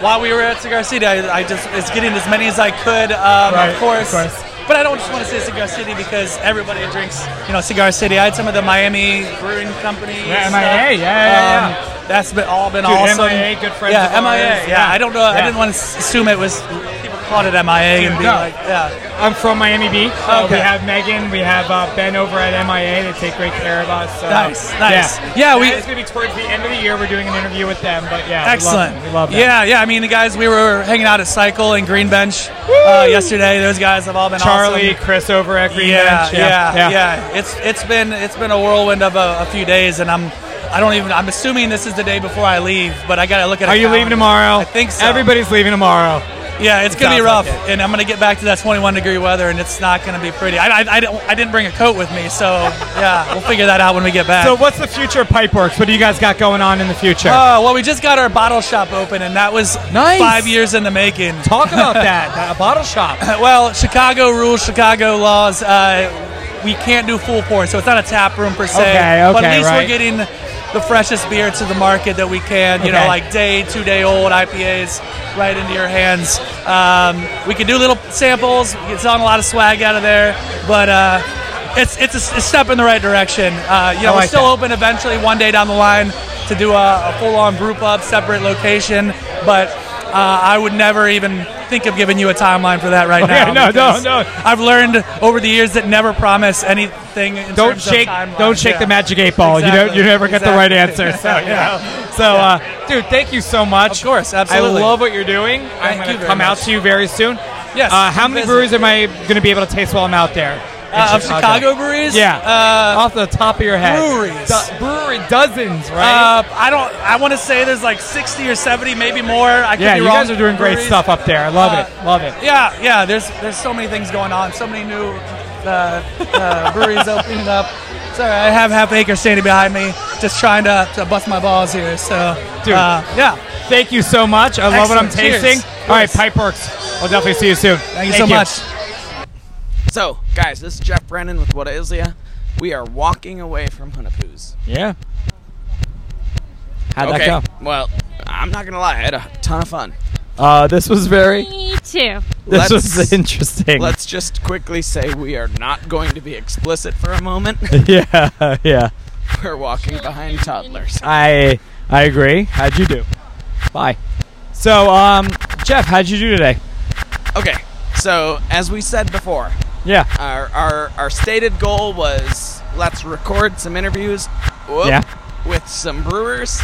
Speaker 4: while we were at Cigar City, I, I just it's getting as many as I could, um,
Speaker 1: Right, of
Speaker 4: of, course.
Speaker 1: course.
Speaker 4: But I don't just want to say Cigar City because everybody drinks, you know, Cigar City. I had some of the Miami Brewing Company.
Speaker 1: Yeah,
Speaker 4: stuff. Uh,
Speaker 1: MIA, yeah, yeah, yeah.
Speaker 4: That's been all been
Speaker 1: Dude,
Speaker 4: awesome.
Speaker 1: MIA, good friends
Speaker 4: Yeah,
Speaker 1: of ours,
Speaker 4: MIA. Yeah,
Speaker 1: yeah.
Speaker 4: I don't know. I
Speaker 1: Yeah.
Speaker 4: didn't want to assume it was people applauded MIA and be
Speaker 14: No.
Speaker 4: like, yeah.
Speaker 14: I'm from Miami Beach. So
Speaker 4: Okay.
Speaker 14: We have Megan. We have uh, Ben over at MIA. They take great care of us. So,
Speaker 4: Nice, nice. Yeah,
Speaker 14: Yeah,
Speaker 4: we-
Speaker 14: It's gonna be towards the end of the year. We're doing an interview with them, but yeah, we love
Speaker 4: Excellent.
Speaker 14: them. We love them.
Speaker 4: Yeah, yeah. I mean, the guys we were hanging out at Cycle and Green Bench uh, yesterday. Those guys have all been
Speaker 14: Charlie,
Speaker 4: awesome.
Speaker 14: Chris over at Green
Speaker 4: yeah,
Speaker 14: Bench.
Speaker 4: Yeah, yeah,
Speaker 14: Yeah, yeah.
Speaker 4: It's it's been it's been a whirlwind of a, a few days, and I'm I don't even I'm assuming this is the day before I leave, but I gotta look at. a
Speaker 14: Are you leaving
Speaker 4: calendar.
Speaker 14: tomorrow?
Speaker 4: I think so.
Speaker 14: Everybody's leaving tomorrow.
Speaker 4: Yeah, it's
Speaker 14: It
Speaker 4: gonna be
Speaker 14: sounds
Speaker 4: rough,
Speaker 14: like
Speaker 4: and I'm gonna get back to that 21 degree weather, and it's not gonna be pretty. I, I, I, don't- I didn't bring a coat with me, so yeah, we'll figure that out when we get back.
Speaker 14: So, what's the future of Pipeworks? What do you guys got going on in the future?
Speaker 4: Oh, well, we just got our bottle shop open, and that was
Speaker 14: Nice.
Speaker 4: five years in the making.
Speaker 14: Talk about that, that- a bottle shop.
Speaker 4: well, Chicago rules, Chicago laws. Uh, we can't do full pour, so it's not a tap room per se.
Speaker 14: Okay,
Speaker 4: but at
Speaker 14: okay,
Speaker 4: least we're
Speaker 14: right.
Speaker 4: getting the freshest beer to the market that we can. You know,
Speaker 14: Okay.
Speaker 4: like day, two day old IPAs right into your hands. Um, we can do little samples. It's on a lot of swag out of there, but. Uh, it's, it's a s- a step in the right direction. Uh, you know,
Speaker 14: I
Speaker 4: we're
Speaker 14: like
Speaker 4: still open eventually one day down the line to do a, a full-on brew pub, separate location. But uh, I would never even think of giving you a timeline for that right
Speaker 14: Oh, yeah,
Speaker 4: now.
Speaker 14: no, no,
Speaker 4: because
Speaker 14: no.
Speaker 4: I've learned over the years that never promise anything. In
Speaker 14: don't
Speaker 4: terms
Speaker 14: shake
Speaker 4: Of timelines.
Speaker 14: don't shake
Speaker 4: Yeah.
Speaker 14: the magic eight ball. You don't
Speaker 4: Exactly.
Speaker 14: you never get the right
Speaker 4: Exactly.
Speaker 14: answer. So yeah. So uh, dude, thank you so much. Of
Speaker 4: course, absolutely.
Speaker 14: I love what you're doing.
Speaker 4: Thank
Speaker 14: I'm
Speaker 4: you
Speaker 14: going to
Speaker 4: very
Speaker 14: come out
Speaker 4: much.
Speaker 14: to you very soon.
Speaker 4: Yes,
Speaker 14: Uh, how
Speaker 4: come
Speaker 14: many
Speaker 4: visit.
Speaker 14: breweries am I going to be able to taste while I'm out there?
Speaker 4: Uh,
Speaker 14: In
Speaker 4: of Chicago breweries?
Speaker 14: Yeah.
Speaker 4: Uh,
Speaker 14: Off the top of your head.
Speaker 4: breweries.
Speaker 14: Do- brewery dozens, right?
Speaker 4: Uh, I don't. I want to say there's like 60 or 70, maybe more. I could
Speaker 14: yeah,
Speaker 4: be
Speaker 14: you
Speaker 4: wrong.
Speaker 14: guys are doing great
Speaker 4: Breweries.
Speaker 14: stuff up there. I love
Speaker 4: Uh,
Speaker 14: it. Love it.
Speaker 4: Yeah, yeah. There's there's so many things going on. So many new uh, uh, breweries opening up. Sorry, I have half acre standing behind me, just trying to, to bust my balls here. So,
Speaker 14: Dude,
Speaker 4: uh, yeah.
Speaker 14: Thank you so much. I love what I'm
Speaker 4: Excellent. Cheers.
Speaker 14: tasting. All right, Pipeworks. I'll definitely see you soon.
Speaker 4: Thank you so much.
Speaker 10: So, guys, this is Jeff Brennan with What Is Ya. We are walking away from Hunapoo's.
Speaker 14: Yeah. How'd
Speaker 10: okay.
Speaker 14: that go?
Speaker 10: Well, I'm not gonna lie, I had a ton of fun.
Speaker 1: Uh, this was very.
Speaker 2: Me too.
Speaker 1: This
Speaker 10: Let's-
Speaker 1: was interesting.
Speaker 10: Let's just quickly say we are not going to be explicit for a moment.
Speaker 1: yeah, yeah.
Speaker 10: We're walking behind toddlers.
Speaker 1: I I agree. How'd you do? Bye. So, um, Jeff, how'd you do today?
Speaker 10: Okay, so as we said before,
Speaker 1: Yeah.
Speaker 10: our our, our stated goal was let's record some interviews. Whoop,
Speaker 1: Yeah.
Speaker 10: With some brewers.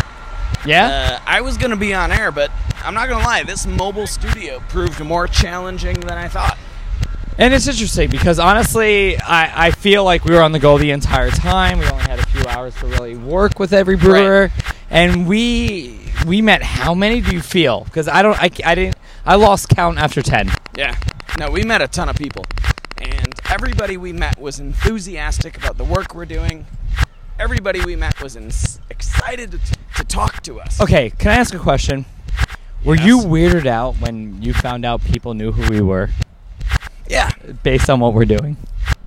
Speaker 1: Yeah?
Speaker 10: Uh, I was gonna be on air, but I'm not gonna lie. This mobile studio proved more challenging than I thought.
Speaker 1: And it's interesting because honestly, I, I feel like we were on the go the entire time. We only had a few hours to really work with every brewer, and we we met how many do you feel? Because I don't I, I didn't I lost count after ten.
Speaker 10: Yeah. No, we met a ton of people. And everybody we met was enthusiastic about the work we're doing. Everybody we met was in- excited to, to talk to us.
Speaker 1: Okay, can I ask a question? Were you weirded out when you found out people knew who we were?
Speaker 10: Yeah.
Speaker 1: Based on what we're doing.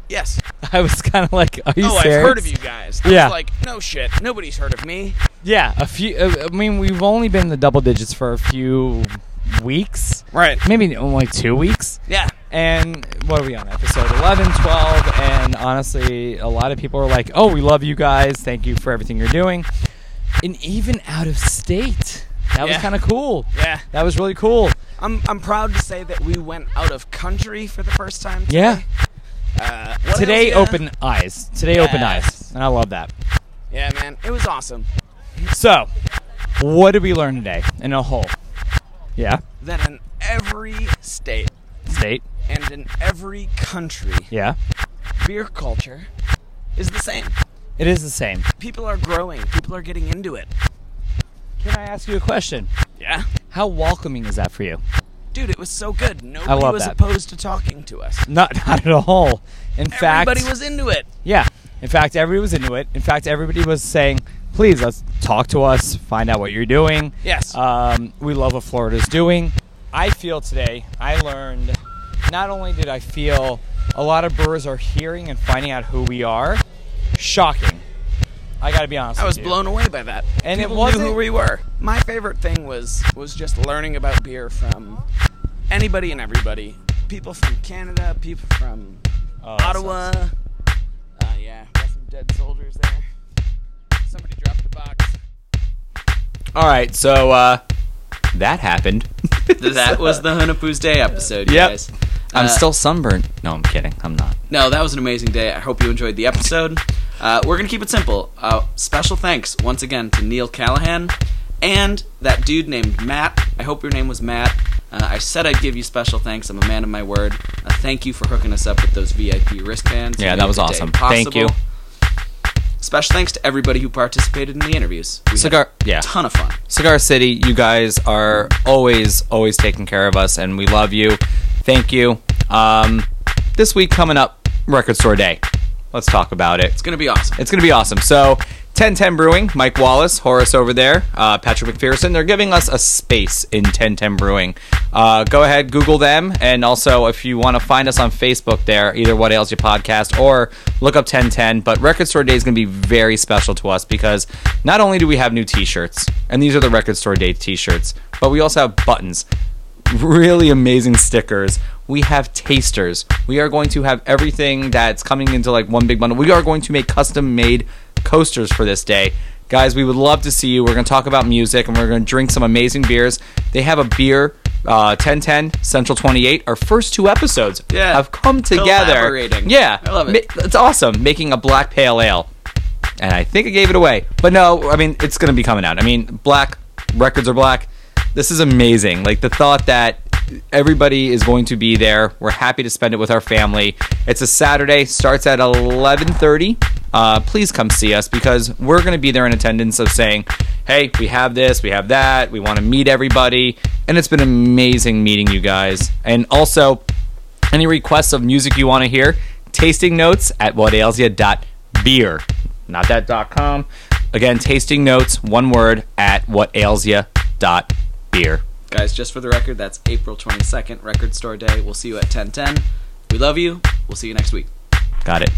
Speaker 10: Yes.
Speaker 1: I was kind of like, are you
Speaker 10: oh,
Speaker 1: serious?
Speaker 10: I've heard of you guys. I
Speaker 1: yeah.
Speaker 10: was like, no shit. Nobody's heard of me.
Speaker 1: yeah, a few. Uh, I mean, we've only been in the double digits for a few weeks.
Speaker 10: Right.
Speaker 1: Maybe only two weeks.
Speaker 10: Yeah.
Speaker 1: And what are we on? Episode 11, 12. And honestly, a lot of people are like, oh, we love you guys. Thank you for everything you're doing. And even out of state. That was
Speaker 10: Yeah.
Speaker 1: kind of cool.
Speaker 10: Yeah.
Speaker 1: That was really cool.
Speaker 10: I'm, I'm proud to say that we went out of country for the first time.
Speaker 1: Yeah.
Speaker 10: Uh, what
Speaker 1: Today,
Speaker 10: else, yeah?
Speaker 1: open eyes. Today, open eyes. And I love that.
Speaker 10: Yeah, man. It was awesome.
Speaker 1: So, what did we learn today in a whole? Yeah.
Speaker 10: That in every state
Speaker 1: State.
Speaker 10: and in every country,
Speaker 1: Yeah.
Speaker 10: beer culture is the same.
Speaker 1: It is the same.
Speaker 10: People are growing. People are getting into it.
Speaker 1: Can I ask you a question?
Speaker 10: Yeah.
Speaker 1: How welcoming is that for you?
Speaker 10: Dude, it was so good. Nobody
Speaker 1: love
Speaker 10: was
Speaker 1: that.
Speaker 10: opposed to talking to us.
Speaker 1: Not, not at all. In fact,
Speaker 10: Everybody was into it.
Speaker 1: Yeah. In fact, everybody was into it. In fact, everybody was saying, "Please, let's talk to us. Find out what you're doing."
Speaker 10: Yes.
Speaker 1: Um, we love what Florida's doing. I feel today I learned. Not only did I feel a lot of brewers are hearing and finding out who we are, shocking. I got to be honest.
Speaker 10: I was
Speaker 1: with you.
Speaker 10: blown away by that.
Speaker 1: And it
Speaker 10: People
Speaker 1: wasn't-
Speaker 10: knew who we were. My favorite thing was was just learning about beer from anybody and everybody. People from Canada, people from
Speaker 1: Oh, that
Speaker 10: Ottawa. Uh, yeah, got some dead soldiers there. Somebody dropped a box.
Speaker 1: All right, so uh, that happened.
Speaker 2: that was the Hunapoo's Day episode, you
Speaker 1: Yep.
Speaker 2: guys.
Speaker 1: I'm
Speaker 2: Uh,
Speaker 1: still sunburned. No, I'm kidding. I'm not.
Speaker 2: No, that was an amazing day. I hope you enjoyed the episode. Uh, we're going to keep it simple. Uh, special thanks once again to Neil Callahan and that dude named Matt. I hope your name was Matt. Uh, I said I'd give you special thanks. I'm a man of my word. Uh, thank you for hooking us up with those VIP wristbands.
Speaker 1: Yeah,
Speaker 2: You
Speaker 1: that
Speaker 2: made
Speaker 1: was
Speaker 2: the day
Speaker 1: awesome. Thank you.
Speaker 2: possible. Special thanks to everybody who participated in the interviews. We
Speaker 1: Cigar,
Speaker 2: had a
Speaker 1: yeah,
Speaker 2: ton of fun.
Speaker 1: Cigar City, you guys are always, always taking care of us, and we love you. Thank you. Um, this week coming up, Record Store Day. Let's talk about it. It's
Speaker 2: gonna be awesome.
Speaker 1: It's gonna be awesome. So, 1010 Brewing, Mike Wallace, Horace over there, uh, Patrick McPherson. They're giving us a space in 1010 Brewing. Uh, go ahead, Google them, and also if you want to find us on Facebook, there either What Ails You podcast or look up 1010. But Record Store Day is gonna be very special to us because not only do we have new T-shirts, and these are the Record Store Day T-shirts, but we also have buttons really amazing stickers. We have tasters. We are going to have everything that's coming into like one big bundle. We are going to make custom made coasters for this day. Guys, we would love to see you. We're going to talk about music and we're going to drink some amazing beers. They have a beer uh 1010 Central 28 our first two episodes
Speaker 2: Yeah.
Speaker 1: have come together.
Speaker 2: Collaborating.
Speaker 1: Yeah.
Speaker 2: I love it.
Speaker 1: Ma- It's awesome making a black pale ale. And I think I gave it away. But no, I mean, it's going to be coming out. I mean, black records are black. This is amazing. Like the thought that everybody is going to be there. We're happy to spend it with our family. It's a Saturday, starts at 11:30. Uh, please come see us because we're going to be there in attendance of saying, "Hey, we have this, we have that. We want to meet everybody." And it's been amazing meeting you guys. And also, any requests of music you want to hear, tasting notes at whatailsia.beer. Not that dot com. Again, tasting notes, one word, at whatailsia.beer.
Speaker 2: Guys, just for the record, that's April 22nd, Record Store Day. We'll see you at 1010. We love you. We'll see you next week.
Speaker 1: Got it.